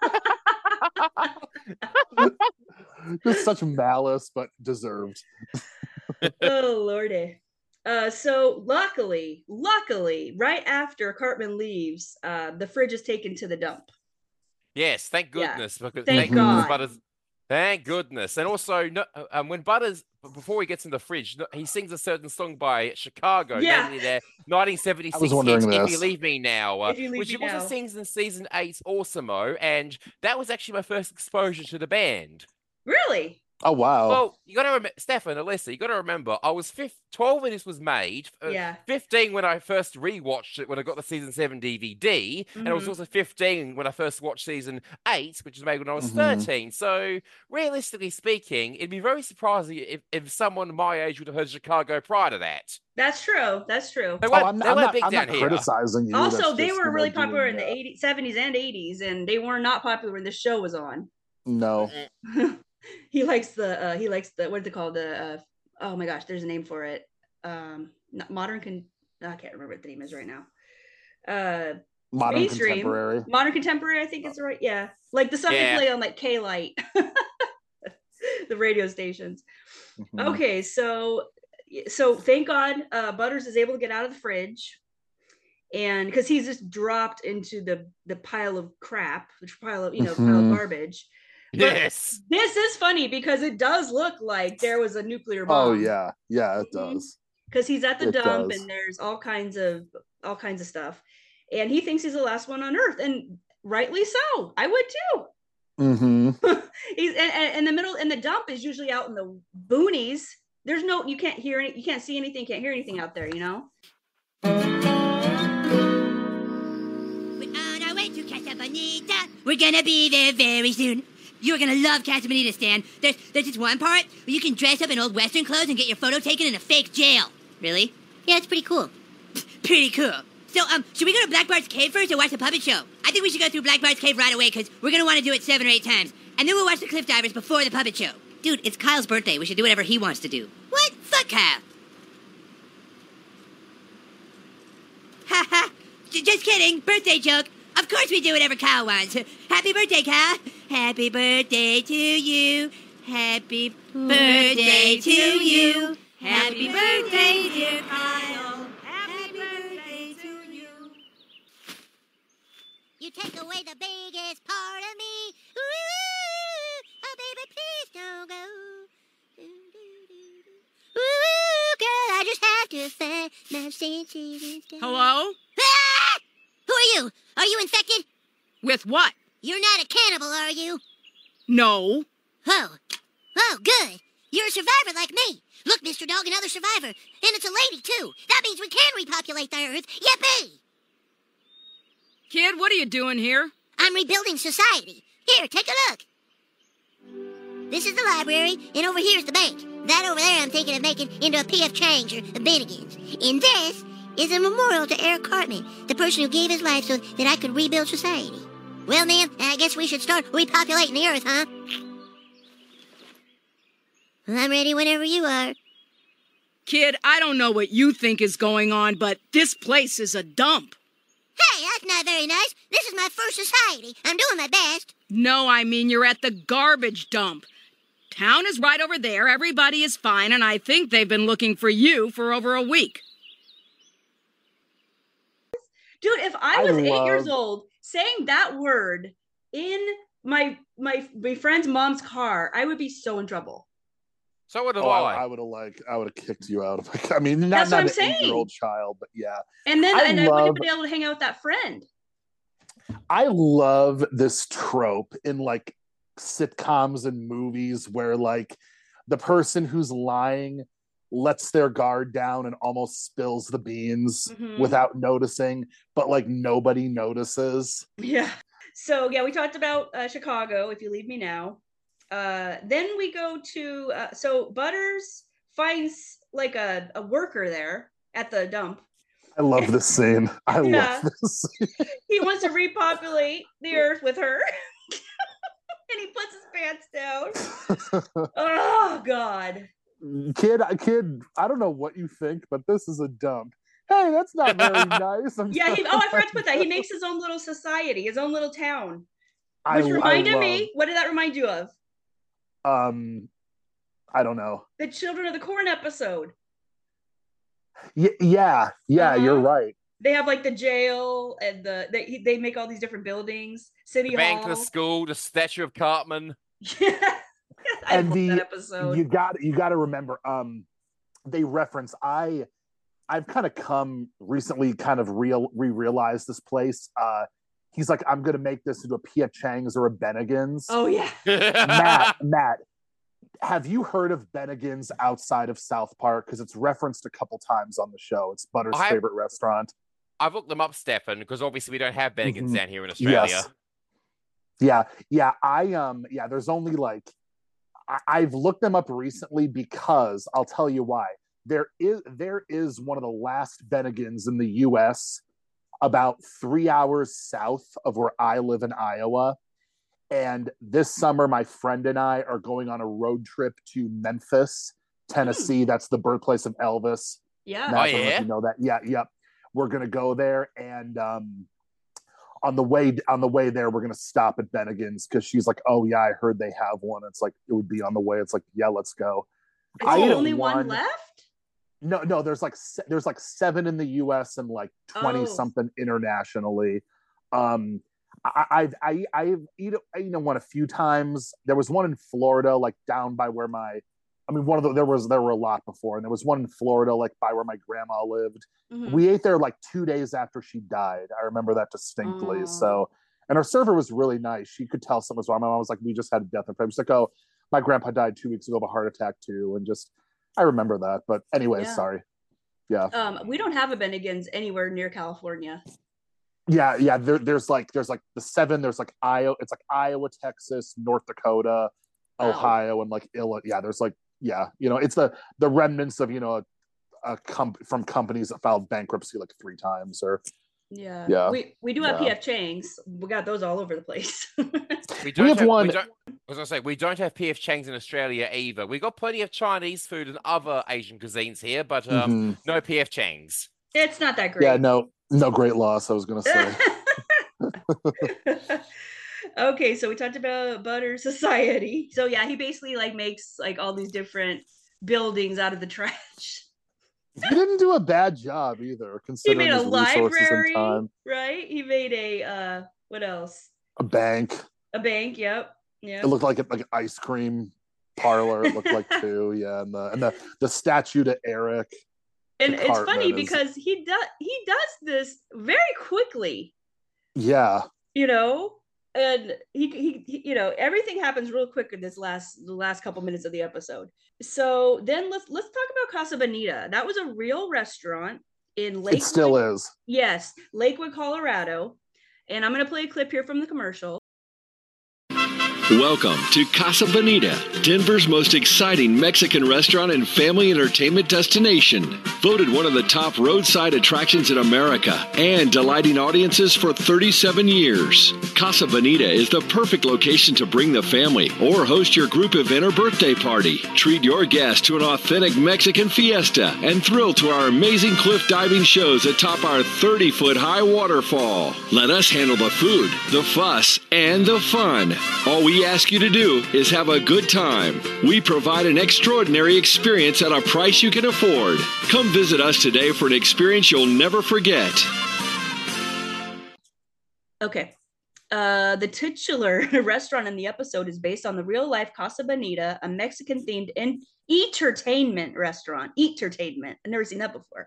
C: Just such malice, but deserved.
A: oh lordy uh so luckily luckily right after cartman leaves uh the fridge is taken to the dump
B: Yes, thank
A: Yeah.
B: goodness. Because
A: Thank
B: goodness
A: God.
B: Butters. Thank goodness. And also, no, um, when Butters, before he gets in the fridge, no- he sings a certain song by Chicago,
A: Yeah.
B: namely their 1976
C: I was wondering
B: hit, If You
C: this.
B: Leave Me Now, uh,
A: If You Leave
B: which
A: Me
B: he also
A: Now.
B: sings in season eight's Awesomeo. And that was actually my first exposure to the band.
A: really
C: Oh wow.
B: Well, you got to remember, Stefan, Alyssa, you got to remember, I was fif- 12 when this was made. uh,
A: yeah
B: 15 when I first rewatched it when I got the season 7 DVD, and I was
A: Mhm.
C: Mm-hmm.
B: also 15 when I first watched season 8, which was made when I was
C: Mhm.
B: 13. So, realistically speaking, it'd be very surprising if, if someone my age would have heard Chicago prior to that.
A: that's true that's true
B: They
C: Oh,
B: weren't,
C: I'm,
B: they
C: I'm
B: weren't
C: not,
B: big
C: I'm
B: down
C: not
B: here.
C: criticizing you.
A: also
C: That's
A: they
C: just,
A: were
C: you know,
A: really
C: doing
A: popular in the
C: that.
A: 80s 70s and 80s and they were not popular when the show was on
C: No.
B: Mm.
A: he likes the uh he likes the what's it called the uh oh my gosh there's a name for it um not modern con i can't remember what the name is right now uh
C: Modern
A: Daydream.
C: contemporary.
A: modern contemporary i think is the right yeah like the stuff
B: Yeah.
A: they play on like k-light the radio stations
C: Mhm.
A: okay so so thank god uh butters is able to get out of the fridge and because he's just dropped into the the pile of crap which pile of you know pile
C: Mhm.
A: of garbage
B: Yes.
A: this is funny because it does look like there was a nuclear bomb
C: Oh yeah, yeah, it
A: Mhm.
C: does.
A: because he's at the
C: It
A: dump
C: does.
A: and there's all kinds of all kinds of stuff and he thinks he's the last one on earth and rightly so i would too
C: hmm
A: he's and, and, and the middle and the dump is usually out in the boonies there's no you can't hear any you can't see anything can't hear anything out there you know
D: We're on our way to Casa Bonita. We're gonna be there very soon. You're gonna love Casa Bonita, Stan. There's there's this one part where you can dress up in old Western clothes and get your photo taken in a fake jail. Really?
E: Yeah, it's pretty cool.
D: Pretty cool. So, um, should we go to Black Bart's cave first or watch the puppet show? I think we should go through Black Bart's cave right away because we're gonna want to do it seven or eight times, and then we'll watch the Cliff Divers before the puppet show. Dude, it's Kyle's birthday. We should do whatever he wants to do. What? Fuck Kyle. Ha ha! J- Just kidding. Birthday joke. Of course we do whatever Kyle wants. Happy birthday, Kyle. Happy birthday to you. Happy birthday to you. Happy birthday, dear Kyle. Happy birthday to you.
E: You take away the biggest part of me. Ooh, oh baby, please don't go. Doo, doo, doo, doo. Ooh, girl, I just have to find my senses.
F: Hello?
E: Ah! Who are you? Are you infected?
F: With what?
E: You're not a cannibal, are you?
F: No.
E: Oh. Oh, good. You're a survivor like me. Look, Mr. Dog, another survivor. And it's a lady, too. That means we can repopulate the Earth. Yippee!
F: Kid, what are you doing here?
E: I'm rebuilding society. Here, take a look. This is the library, and over here is the bank. That over there I'm thinking of making into a P.F. Chang's or a Bennigan's. And this is a memorial to Eric Cartman, the person who gave his life so that I could rebuild society. Well, ma'am, I guess we should start repopulating the earth, huh? Well, I'm ready whenever you are.
F: Kid, I don't know what you think is going on, but this place is a dump.
E: Hey, that's not very nice. This is my first society. I'm doing my best.
F: No, I mean you're at the garbage dump. Town is right over there. Everybody is fine, and I think they've been looking for you for over a week.
A: dude if i
C: I
A: was eight years
C: love-
A: old saying that word in my my my friend's mom's car i would be so in trouble
B: So would
C: Oh,
B: I.
C: I, I would have like, I would have kicked you out. Of my, I mean, not,
A: That's what
C: not
A: I'm
C: an
A: saying.
C: eight-year-old child, but yeah,
A: and then
C: I
A: and i wouldn't have
C: love-
A: been able to hang out with that friend
C: I love this trope in like sitcoms and movies where like the person who's lying lets their guard down and almost spills the beans
A: Mhm.
C: without noticing, but like nobody notices.
A: Yeah. So yeah, we talked about uh, Chicago. If you leave me now, uh, then we go to uh, so Butters finds like a, a worker there at the dump.
C: I love this scene. I
A: Yeah.
C: love this. Scene.
A: He wants to repopulate the earth with her, and he puts his pants down. Oh God.
C: kid, kid, I don't know what you think, but this is a dump. hey, that's not very nice. I'm
A: Yeah, he,
C: sorry.
A: oh, I forgot to put that. He makes his own little society, his own little town.
C: I-
A: Which
C: I
A: reminded
C: love-
A: me, what did that remind you of?
C: Um, I don't know.
A: The Children of the Corn episode.
C: Y- yeah, yeah, you're
A: Uh-huh.
C: right.
A: They have like the jail and the they they make all these different buildings, city
B: The bank, the
A: hall.
B: school, the statue of Cartman.
A: Yeah, I
C: And
A: love
C: the-
A: that episode.
C: You got you got to remember. Um, they reference I. I've kind of come recently, kind of real re-realized this place. Uh, he's like, I'm gonna make this into a P.F. Chang's or a Bennigan's.
A: oh yeah,
C: Matt, Matt, have you heard of Bennigan's outside of South Park? Because it's referenced a couple times on the show. It's Butter's
B: I-
C: favorite restaurant.
B: I've looked them up, Stefan, because obviously we don't have Bennigan's
C: Mhm.
B: down here in Australia.
C: Yeah, yeah. I um, yeah. There's only like I, I've looked them up recently because I'll tell you why. There is there is one of the last Bennigan's in the U.S. about three hours south of where I live in Iowa. And this summer, my friend and I are going on a road trip to Memphis, Tennessee. That's the birthplace of Elvis.
A: Oh, yeah.
B: Matt-
C: Math, I don't know if
B: yeah?
C: you know that. Yeah, yep. We're gonna go there, and um, on the way on the way there, we're gonna stop at Bennigan's because she's like, "Oh yeah, I heard they have one." It's like it would be on the way. It's like, "Yeah, let's go."
A: Is
C: I
A: there
C: ate
A: only one
C: one-
A: left?
C: No, no. There's like se- there's like seven in the U.S. and like twenty
A: Oh.
C: something internationally. Um, I, I've I I've eaten you know one a few times. There was one in Florida, like down by where my, I mean, one of the there was there were a lot before, and there was one in Florida, like by where my grandma lived
A: Mhm.
C: we ate there like two days after she died. I remember that distinctly.
A: Oh.
C: So, and our server was really nice. She could tell someone was wrong. My mom was like, "We just had a death in family." She's like, "Oh, my grandpa died two weeks ago of a heart attack too," and just I remember that. But anyway,
A: Yeah.
C: sorry. Yeah,
A: um, we don't have a Bennigan's anywhere near California.
C: yeah, yeah. There, there's like there's like the seven. There's like Iowa. It's like Iowa, Texas, North Dakota,
A: Wow.
C: Ohio, and like Illinois. Yeah, there's like yeah, you know, it's the the remnants of you know. A, a comp- from companies that filed bankruptcy like three times or
A: Yeah,
C: Yeah.
A: We we do have
C: Yeah.
A: PF Chang's. We got those all over the place.
B: We don't
C: have
B: have
C: one-
B: We don't, I was gonna say we don't have PF Chang's in Australia either. We got plenty of Chinese food and other Asian cuisines here, but um,
C: Mhm.
B: no PF Chang's.
A: it's not that great.
C: yeah no no great loss i was gonna say
A: okay, so we talked about Butter Society. So yeah, he basically like makes like all these different buildings out of the trash.
C: he didn't do a bad job either,
A: He
C: considering
A: made a
C: his resources
A: library,
C: and time.
A: right? He made a uh what else?
C: A bank.
A: A bank, yep. Yeah.
C: It looked like like an ice cream parlor. It looked like too. Yeah, and the and the, the statue to Eric.
A: and it's
C: Cartman
A: funny
C: is-
A: because he does he does this very quickly,
C: Yeah,
A: you know? And he, he, he- you know, everything happens real quick in this last the last couple minutes of the episode. So then let's let's talk about Casa Bonita. That was a real restaurant in Lakewood.
C: it still is.
A: Yes, Lakewood, Colorado. And I'm going to play a clip here from the commercial.
G: Welcome to Casa Bonita, Denver's most exciting Mexican restaurant and family entertainment destination. Voted one of the top roadside attractions in America and delighting audiences for 37 years. Casa Bonita is the perfect location to bring the family or host your group event or birthday party. Treat your guests to an authentic Mexican fiesta and thrill to our amazing cliff diving shows atop our 30 foot high waterfall. Let us handle the food, the fuss, and the fun. All we ask you to do is have a good time. We provide an extraordinary experience at a price you can afford. Come visit us today for an experience you'll never forget.
A: Okay. Uh, the titular restaurant in the episode is based on the real life Casa Bonita, a Mexican themed and entertainment restaurant. Entertainment. I've never seen that before.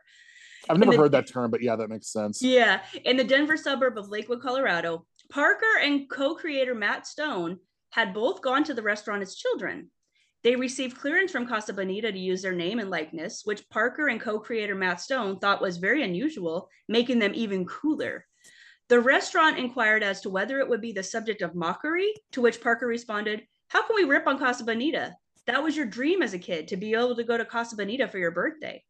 C: I've never
A: And the-
C: heard that term, but yeah, that makes sense.
A: Yeah, in the Denver suburb of Lakewood, Colorado, Parker and co creator Matt Stone had both gone to the restaurant as children. They received clearance from Casa Bonita to use their name and likeness, which Parker and co creator Matt Stone thought was very unusual, making them even cooler. The restaurant inquired as to whether it would be the subject of mockery, to which Parker responded, How can we rip on Casa Bonita? That was your dream as a kid to be able to go to Casa Bonita for your birthday.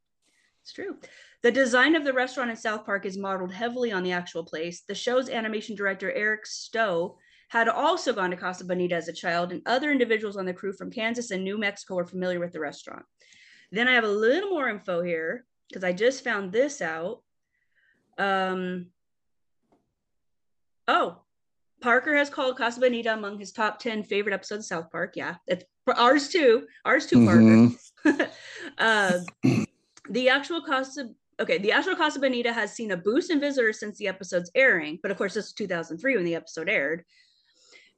A: It's true. The design of the restaurant in South Park is modeled heavily on the actual place. The show's animation director, Eric Stowe, had also gone to Casa Bonita as a child, and other individuals on the crew from Kansas and New Mexico were familiar with the restaurant. Then I have a little more info here. because I just found this out. Um, oh, Parker has called Casa Bonita among his top 10 favorite episodes of South Park. Yeah, it's ours too. Ours too,
C: Mhm.
A: Parker. uh, the actual Casa okay, the actual Casa Bonita has seen a boost in visitors since the episode's airing, but of course, this is 2003 when the episode aired.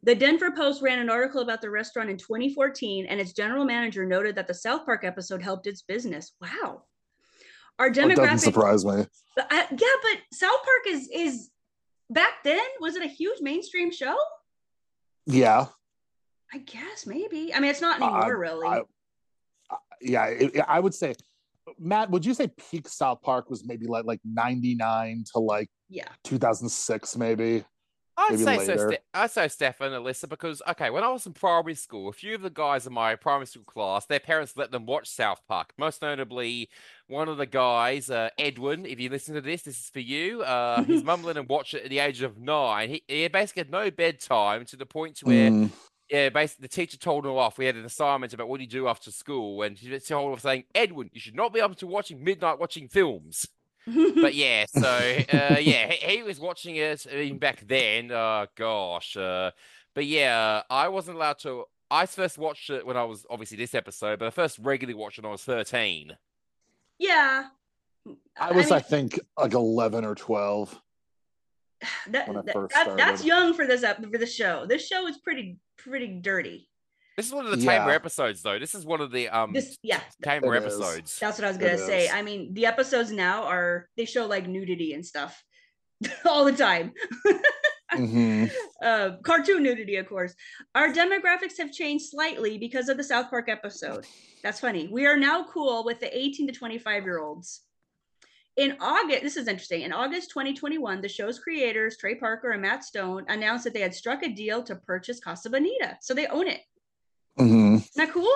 A: The Denver Post ran an article about the restaurant in 2014, and its general manager noted that the South Park episode helped its business. Wow. Our
C: It doesn't
A: demographic
C: surprise me.
A: but I, yeah, but South Park is is back then was it a huge mainstream show?
C: Yeah,
A: I guess maybe. I mean, it's not
C: Uh,
A: anymore, really.
C: I- yeah. It, I would say, Matt, would you say peak South Park was maybe like like ninety nine to like
A: yeah,
C: two thousand six, maybe?
B: I'd
C: Maybe
B: say so.
C: later.
B: Ste- I'd say Stefan, Alyssa, because okay, when I was in primary school, a few of the guys in my primary school class, their parents let them watch South Park. Most notably, one of the guys, uh, Edwin. If you listen to this, this is for you. Uh,
C: Mm-hmm.
B: his mum let him watch it at the age of nine. He, he basically had no bedtime to the point to where
C: Mm.
B: yeah, basically the teacher told him off. We had an assignment about what do you do after school, and she told him saying, Edwin, you should not be up to watching midnight watching films. But yeah, so uh, yeah, he, he was watching it even back then. Oh gosh, uh, but yeah, I wasn't allowed to. I first watched it when I was obviously this episode, but I first regularly watched it when I was thirteen.
A: yeah.
C: I was, I,
A: mean,
C: think, like eleven or twelve.
A: that,
C: when I
A: that-
C: first
A: that- that's
C: started.
A: young for this ep- for the show. This show is pretty pretty dirty.
B: This is one of the Tamer
C: Yeah.
B: episodes, though. This is one of the um
A: This yeah,
B: Tamer
C: It is.
B: episodes.
A: that's what I was gonna
C: It
A: say.
C: is.
A: I mean, the episodes now are they show like nudity and stuff all the time.
C: Mhm.
A: uh, cartoon nudity, of course. Our demographics have changed slightly because of the South Park episode. That's funny. We are now cool with the 18 to 25 year olds. In August, this is interesting. In August 2021, the show's creators, Trey Parker and Matt Stone, announced that they had struck a deal to purchase Casa Bonita. So they own it.
C: Mhm.
A: Isn't that cool?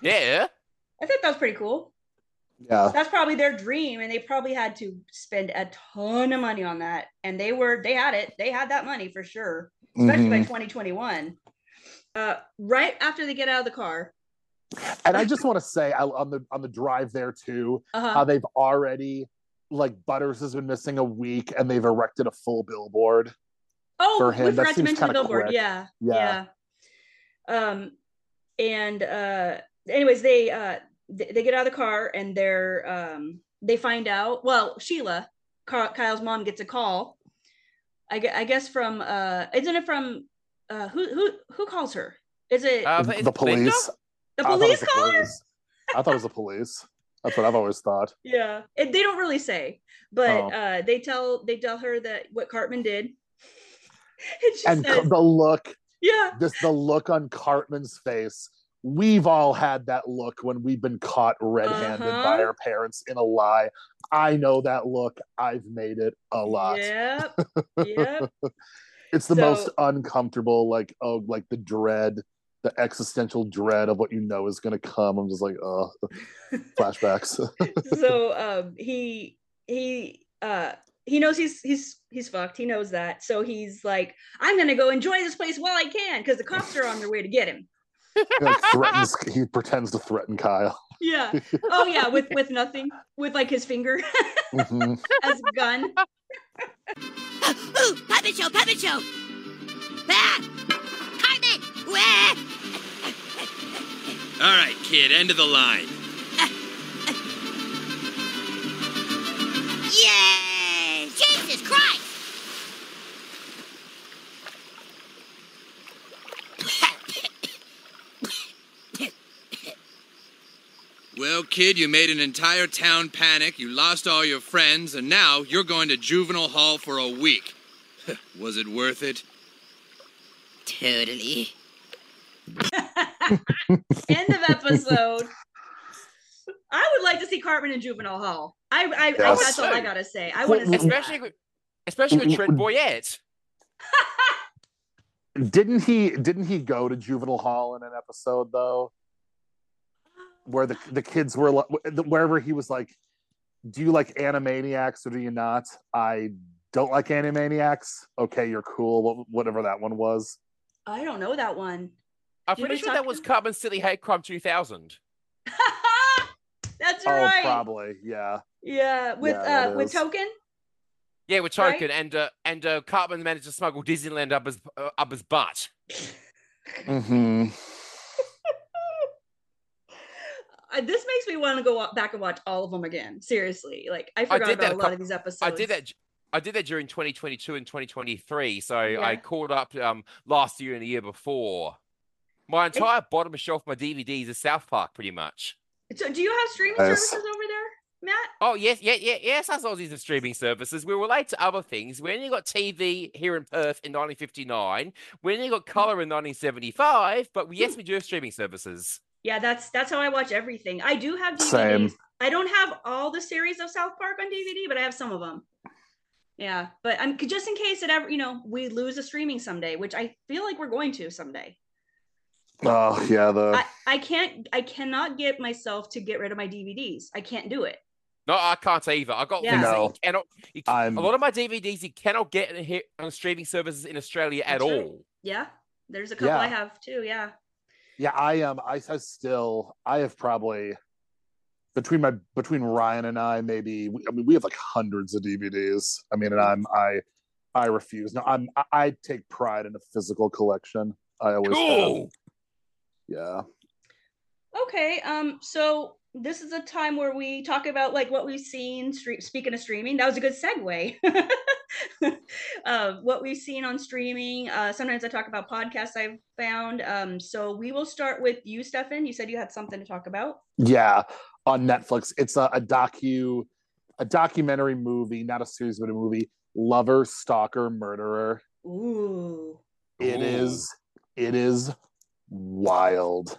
B: Yeah,
A: I thought that was pretty cool.
C: Yeah.
A: That's probably their dream. And they probably had to spend a ton of money on that. And they were, they had it. They had that money for sure. especially by
C: Mhm.
A: 2021. Uh, right after they get out of the car,
C: Mm-hmm. And I just want to say, I, on the on the drive there too, how
A: uh-huh.
C: they've already like Butters has been missing a week, and they've erected a full billboard.
A: oh,
C: for
A: we
C: him, that
A: forgot to
C: seems
A: mention the
C: kinda
A: billboard.
C: quick.
A: Yeah,
C: Yeah.
A: yeah, Um, and uh, anyways, they uh, th- they get out of the car and they're um, they find out. Well, Sheila, Ky- Kyle's mom, gets a call. I, gue- I guess from uh, isn't it from uh, who who who calls her? Is it
B: Uh,
C: The,
B: is
C: the
B: it Linda?
C: police.
A: the
C: I thought it was
A: police
C: the
A: call her?
C: police. I thought it was the police. That's what I've always thought.
A: Yeah, it, they don't really say, but
C: Oh.
A: uh, they tell they tell her that what Cartman did, and she
C: And
A: says,
C: the look,
A: "Yeah,
C: this the look on Cartman's face. We've all had that look when we've been caught red-handed by
A: Uh-huh.
C: our parents in a lie. I know that look. I've made it a lot.
A: yep, yep,
C: It's the
A: So-
C: most uncomfortable, like oh, like the dread, the existential dread of what you know is going to come. I'm just like, oh, flashbacks.
A: so um he he uh he knows he's he's he's fucked he knows that so he's like i'm gonna go enjoy this place while i can because the cops are on their way to get him
C: He, like, threatens. He pretends to threaten Kyle.
A: yeah oh yeah with with nothing with like his finger
C: Mhm.
A: as a gun
D: Ooh, puppet show, puppet show! Ah! Cartman! Where?
H: All right, kid, end of the line.
D: Yay! Jesus Christ!
H: Well, kid, you made an entire town panic, you lost all your friends, and now you're going to juvenile hall for a week. Was it worth it?
D: Totally.
A: end of episode i would like to see cartman in juvenile hall i i, I
C: Yes.
A: that's all i gotta say i want to see that.
B: especially with, especially with Trent Boyette.
C: didn't he didn't he go to juvenile hall in an episode though where the the kids were like wherever he was like do you like animaniacs or do you not i don't like animaniacs okay you're cool wh- whatever that one was
A: i don't know that one
B: I'm
A: Did we
B: pretty sure
A: talk
B: that was
A: to-
B: Cartman's Silly Hate Crime 2000.
A: That's That's right.
C: Oh, probably. Yeah.
A: Yeah, with
C: Yeah, that
A: uh, with
C: is.
A: Token.
B: Yeah, with
A: Right?
B: Token and uh, and uh, Cartman managed to smuggle Disneyland up his uh, up his butt.
C: Mm-hmm.
A: Uh, this makes me want to go wa- back and watch all of them again. Seriously, like I forgot
B: did
A: about
B: that
A: a
B: a
A: lot
B: cou-
A: of these episodes.
B: I did that. I did that during 2022 and 2023. So
A: Yeah.
B: I called up um, last year and the year before. My entire bottom shelf, of my DVDs is South Park, pretty much.
A: So, do you have streaming
C: Yes.
A: services over there, Matt?
B: Oh yes, yeah, yeah, yes. Us Aussies and streaming services. We relate to other things. We only got TV here in Perth in 1959. We only got colour in 1975. But
A: Hmm.
B: yes, we do have streaming services.
A: Yeah, that's that's how I watch everything. I do have DVDs.
C: Same.
A: I don't have all the series of South Park on DVD, but I have some of them. Yeah, but I'm just in case it ever, you know, we lose a streaming someday, which I feel like we're going to someday.
C: Oh yeah. The
A: I, I can't, I cannot get myself to get rid of my DVDs. I can't do it.
B: No, I can't either. I got
A: Yeah.
B: things that
C: No.
B: you cannot. You, ca-
C: I'm-
B: a lot of my DVDs you cannot get in here on streaming services in Australia at
A: That's right.
B: all.
A: Yeah, there's a couple
C: Yeah.
A: I have too. Yeah.
C: yeah. I am. I have still. I have probably between my between Ryan and I maybe. I mean, we have like hundreds of DVDs. I mean, and I'm I I refuse. No, I'm I, I take pride in a physical collection. I always have.
B: Cool.
C: Yeah.
A: Okay. Um. So this is a time where we talk about like what we've seen. Stre- speaking of streaming, that was a good segue. uh, what we've seen on streaming. Uh, sometimes I talk about podcasts I've found. Um. So we will start with you, Stefan. You said you had something to talk about.
C: Yeah, on Netflix. It's a, a docu, a documentary movie, not a series, but a movie. Lover, stalker, murderer.
A: Ooh.
C: It
B: Ooh.
C: is. It is wild.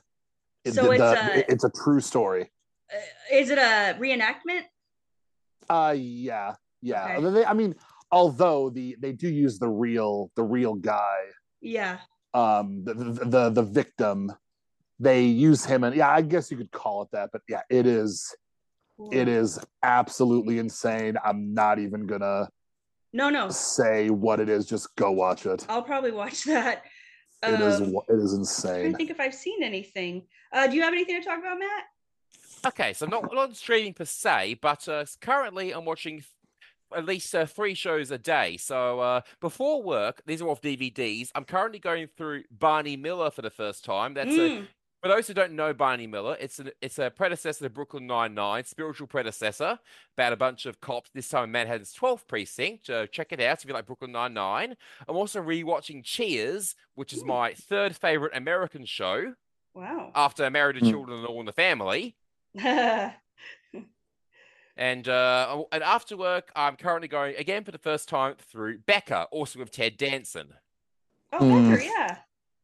C: It-
A: So it's uh, a-
C: it- it's a true story.
A: Uh, is it a reenactment?
C: Uh, yeah, yeah.
A: Okay.
C: They- I mean, although the they do use the real the real guy,
A: Yeah.
C: um, the the the, the victim. They use him, and yeah, I guess you could call it that. But yeah, it is. It is absolutely insane. I'm not even gonna
A: No, no.
C: say what it is. Just go watch it.
A: I'll probably watch that.
C: It is
A: Um,
C: it is
A: I'm trying
C: insane.
A: to think if I've seen anything. Uh, do you have anything to talk about, Matt?
B: Okay, so not not streaming per se, but uh, s- currently I'm watching th- at least uh, three shows a day. So uh, before work, these are off DVDs. I'm currently going through Barney Miller for the first time. That's a
A: Mm,
B: For those who don't know Barney Miller, it's an, it's a predecessor to Brooklyn Nine-Nine, spiritual predecessor, about a bunch of cops, this time in Manhattan's 12th precinct. Uh, check it out if you like Brooklyn Nine-Nine. I'm also rewatching Cheers, which is my third favorite American show
A: wow.
B: after Married to
C: Hmm.
B: Children and All in the Family. Uh,
A: oh,
B: And uh, oh, and after work, I'm currently going again for the first time through Becca, also with Ted Danson.
A: Oh,
C: Mm.
A: Becker, yeah.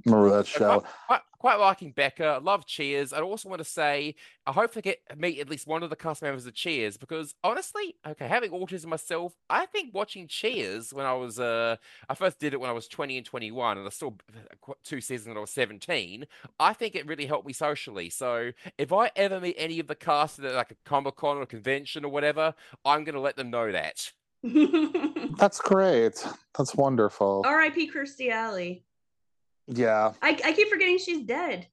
C: Remember that
B: I
C: show?
B: quite, quite liking Becca. I love Cheers. I also want to say I hope I get meet at least one of the cast members of Cheers because honestly, okay, having autism myself, I think watching Cheers when I was uh I first did it when I was twenty and twenty one, and I saw qu- two seasons when I was seventeen. I think it really helped me socially. So if I ever meet any of the cast at like a comic con or a convention or whatever, I'm gonna let them know that.
C: That's great. That's wonderful.
A: R.I.P. Kirstie Alley.
C: Yeah.
A: I, I keep forgetting she's dead.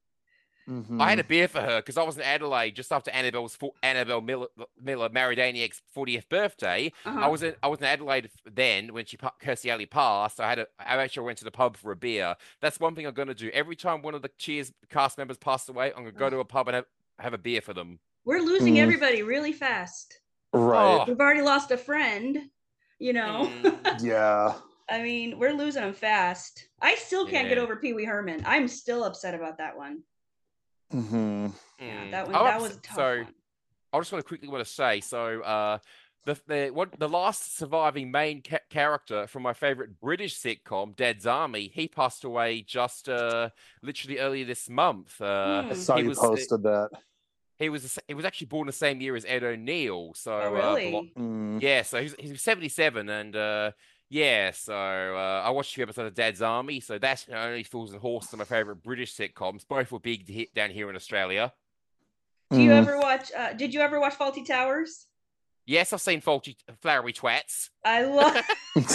C: Mhm.
B: I had a beer for her because I was in Adelaide just after Annabelle's fo- Annabelle Miller, Miller married Aniak's 40th birthday.
A: Uh-huh.
B: I was in I was in Adelaide f- then when she pa- Kirstie Alley passed. I had a I actually went to the pub for a beer. That's one thing I'm gonna do every time one of the Cheers cast members passed away. I'm gonna go
A: Ugh.
B: to a pub and have, have a beer for them.
A: We're losing
C: Mm.
A: everybody really fast.
C: right.
B: Oh.
A: We've already lost a friend, you know.
B: Mm.
C: Yeah.
A: I mean, we're losing them fast. I still can't get
B: Yeah.
A: over Pee Wee Herman. I'm still upset about that one.
C: hmm
A: Yeah,
B: Mm.
A: that one
B: I'm
A: that
B: ups-
A: was a tough.
B: so-
A: one.
B: I just want to quickly want to say so uh the the what the last surviving main ca- character from my favorite British sitcom Dad's Army he passed away just uh literally earlier this month uh
A: Hmm.
C: I saw
B: He
C: you
B: was-
C: posted that.
B: he was the s- he was actually born the same year as Ed O'Neill so
A: Oh,
B: uh, the
A: really?
B: lo-
C: Mm.
B: yeah so he's he's 77 and uh yeah, so uh, I watched a few episodes of Dad's Army. So that's only Fools and Horses, are my favorite British sitcoms. Both were big hit down here in Australia.
A: Do you
C: Mm.
A: ever watch? Uh, did you ever watch Faulty Towers?
B: Yes, I've seen faulty, flowery twats.
A: I love.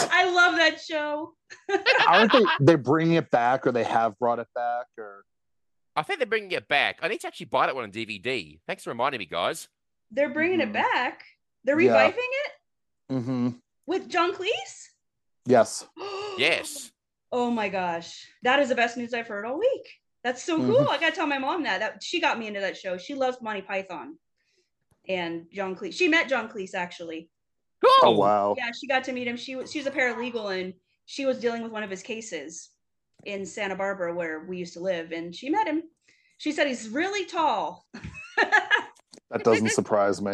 A: I love that show.
C: Mm-hmm. Aren't they they bringing it back, or they have brought it back, or
B: I think they're bringing it back. I need to actually buy that one on DVD. Thanks for reminding me, guys.
A: They're bringing
C: Mhm.
A: it
B: Mm-hmm.
A: back. They're
C: Yeah.
A: reviving it
C: Mm-hmm.
A: with John Cleese.
C: Yes.
B: Yes.
A: Oh my gosh, that is the best news I've heard all week. That's so cool. I gotta tell my mom that. That she got me into that show. She loves Monty Python and John Cleese. She met John Cleese actually.
C: Oh wow.
A: Yeah, she got to meet him. She was she was a paralegal and she was dealing with one of his cases in Santa Barbara where we used to live, and she met him. She said he's really tall.
C: That doesn't surprise me.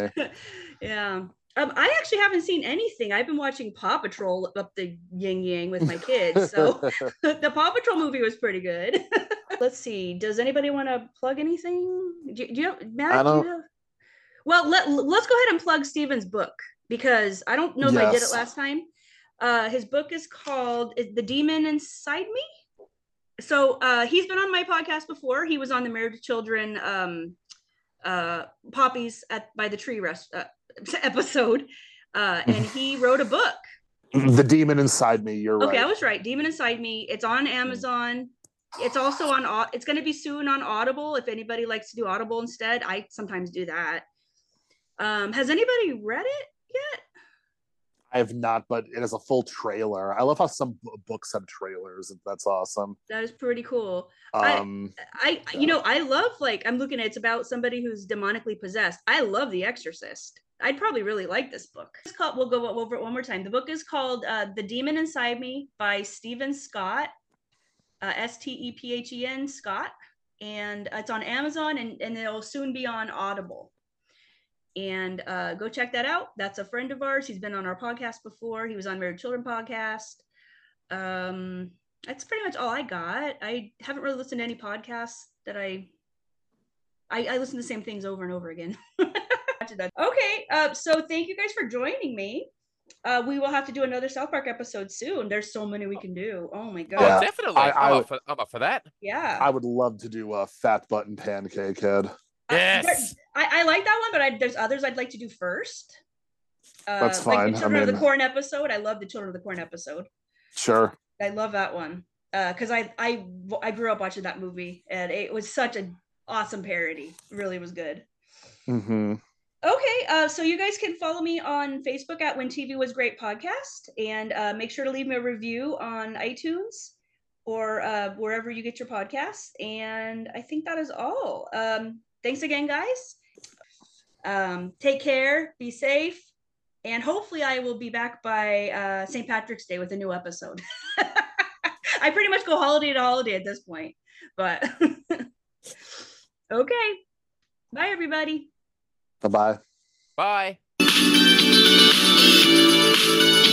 A: yeah. Um, I actually haven't seen anything. I've been watching Paw Patrol up the yin yang with my kids. So the Paw Patrol movie was pretty good. Let's see. Does anybody want to plug anything? Do, do you have, Matt?
C: I
A: Do
C: don't-
A: you have... Well, let, let's go ahead and plug Steven's book because I don't know if I did it
C: Yes.
A: last time. Uh, his book is called is The Demon Inside Me. So uh, he's been on my podcast before. He was on the Married to Children um, uh, Poppies at by the Tree rest, uh, episode. Uh, and he wrote a book
C: the demon inside me. You're
A: Okay, I
C: right.
A: was right. Demon Inside Me. It's on Amazon. It's also on. Au- It's going to be soon on Audible. If anybody likes to do Audible instead, I sometimes do that. Um, has anybody read it yet?
C: I have not, but it has a full trailer. I love how some b- books have trailers. That's awesome.
A: That is pretty cool. I-
C: Um,
A: I, you know, I love like I'm looking at. It's about somebody who's demonically possessed. I love The Exorcist. I'd probably really like this book. It's called. We'll go over it one more time. The book is called uh, "The Demon Inside Me" by Stephen Scott, uh, S T E P H E N Scott, and it's on Amazon and and it'll soon be on Audible. And uh, go check that out. That's a friend of ours. He's been on our podcast before. He was on Married Children podcast. Um, that's pretty much all I got. I haven't really listened to any podcasts that I I, I listen to the same things over and over again. okay, uh, so thank you guys for joining me. Uh, we will have to do another South Park episode soon. There's so many we can do. Oh my
B: Oh,
A: god!
B: definitely.
C: I-
B: I, am
C: I-
B: up for, I'm up for that.
A: Yeah,
C: I would love to do a fat button pancake head.
A: Uh, there-
B: Yes.
A: I, I like that one, but I, there's others I'd like to do first. Uh,
C: That's
A: Like
C: fine.
A: the
C: I
A: Children of the
C: mean-
A: Corn episode. I love the Children of the Corn episode.
C: Sure.
A: I love that one because I I I grew up watching that movie and it was such an awesome parody. It really was good.
C: hmm
A: Okay, uh, so you guys can follow me on Facebook at When TV Was Great Podcast and uh, make sure to leave me a review on iTunes or uh, wherever you get your podcasts. And I think that is all. Um, thanks again, guys. Um, take care, be safe, and hopefully I will be back by uh, St. Patrick's Day with a new episode. I pretty much go holiday to holiday at this point, but okay. Bye, everybody.
C: Bye bye.
B: Bye.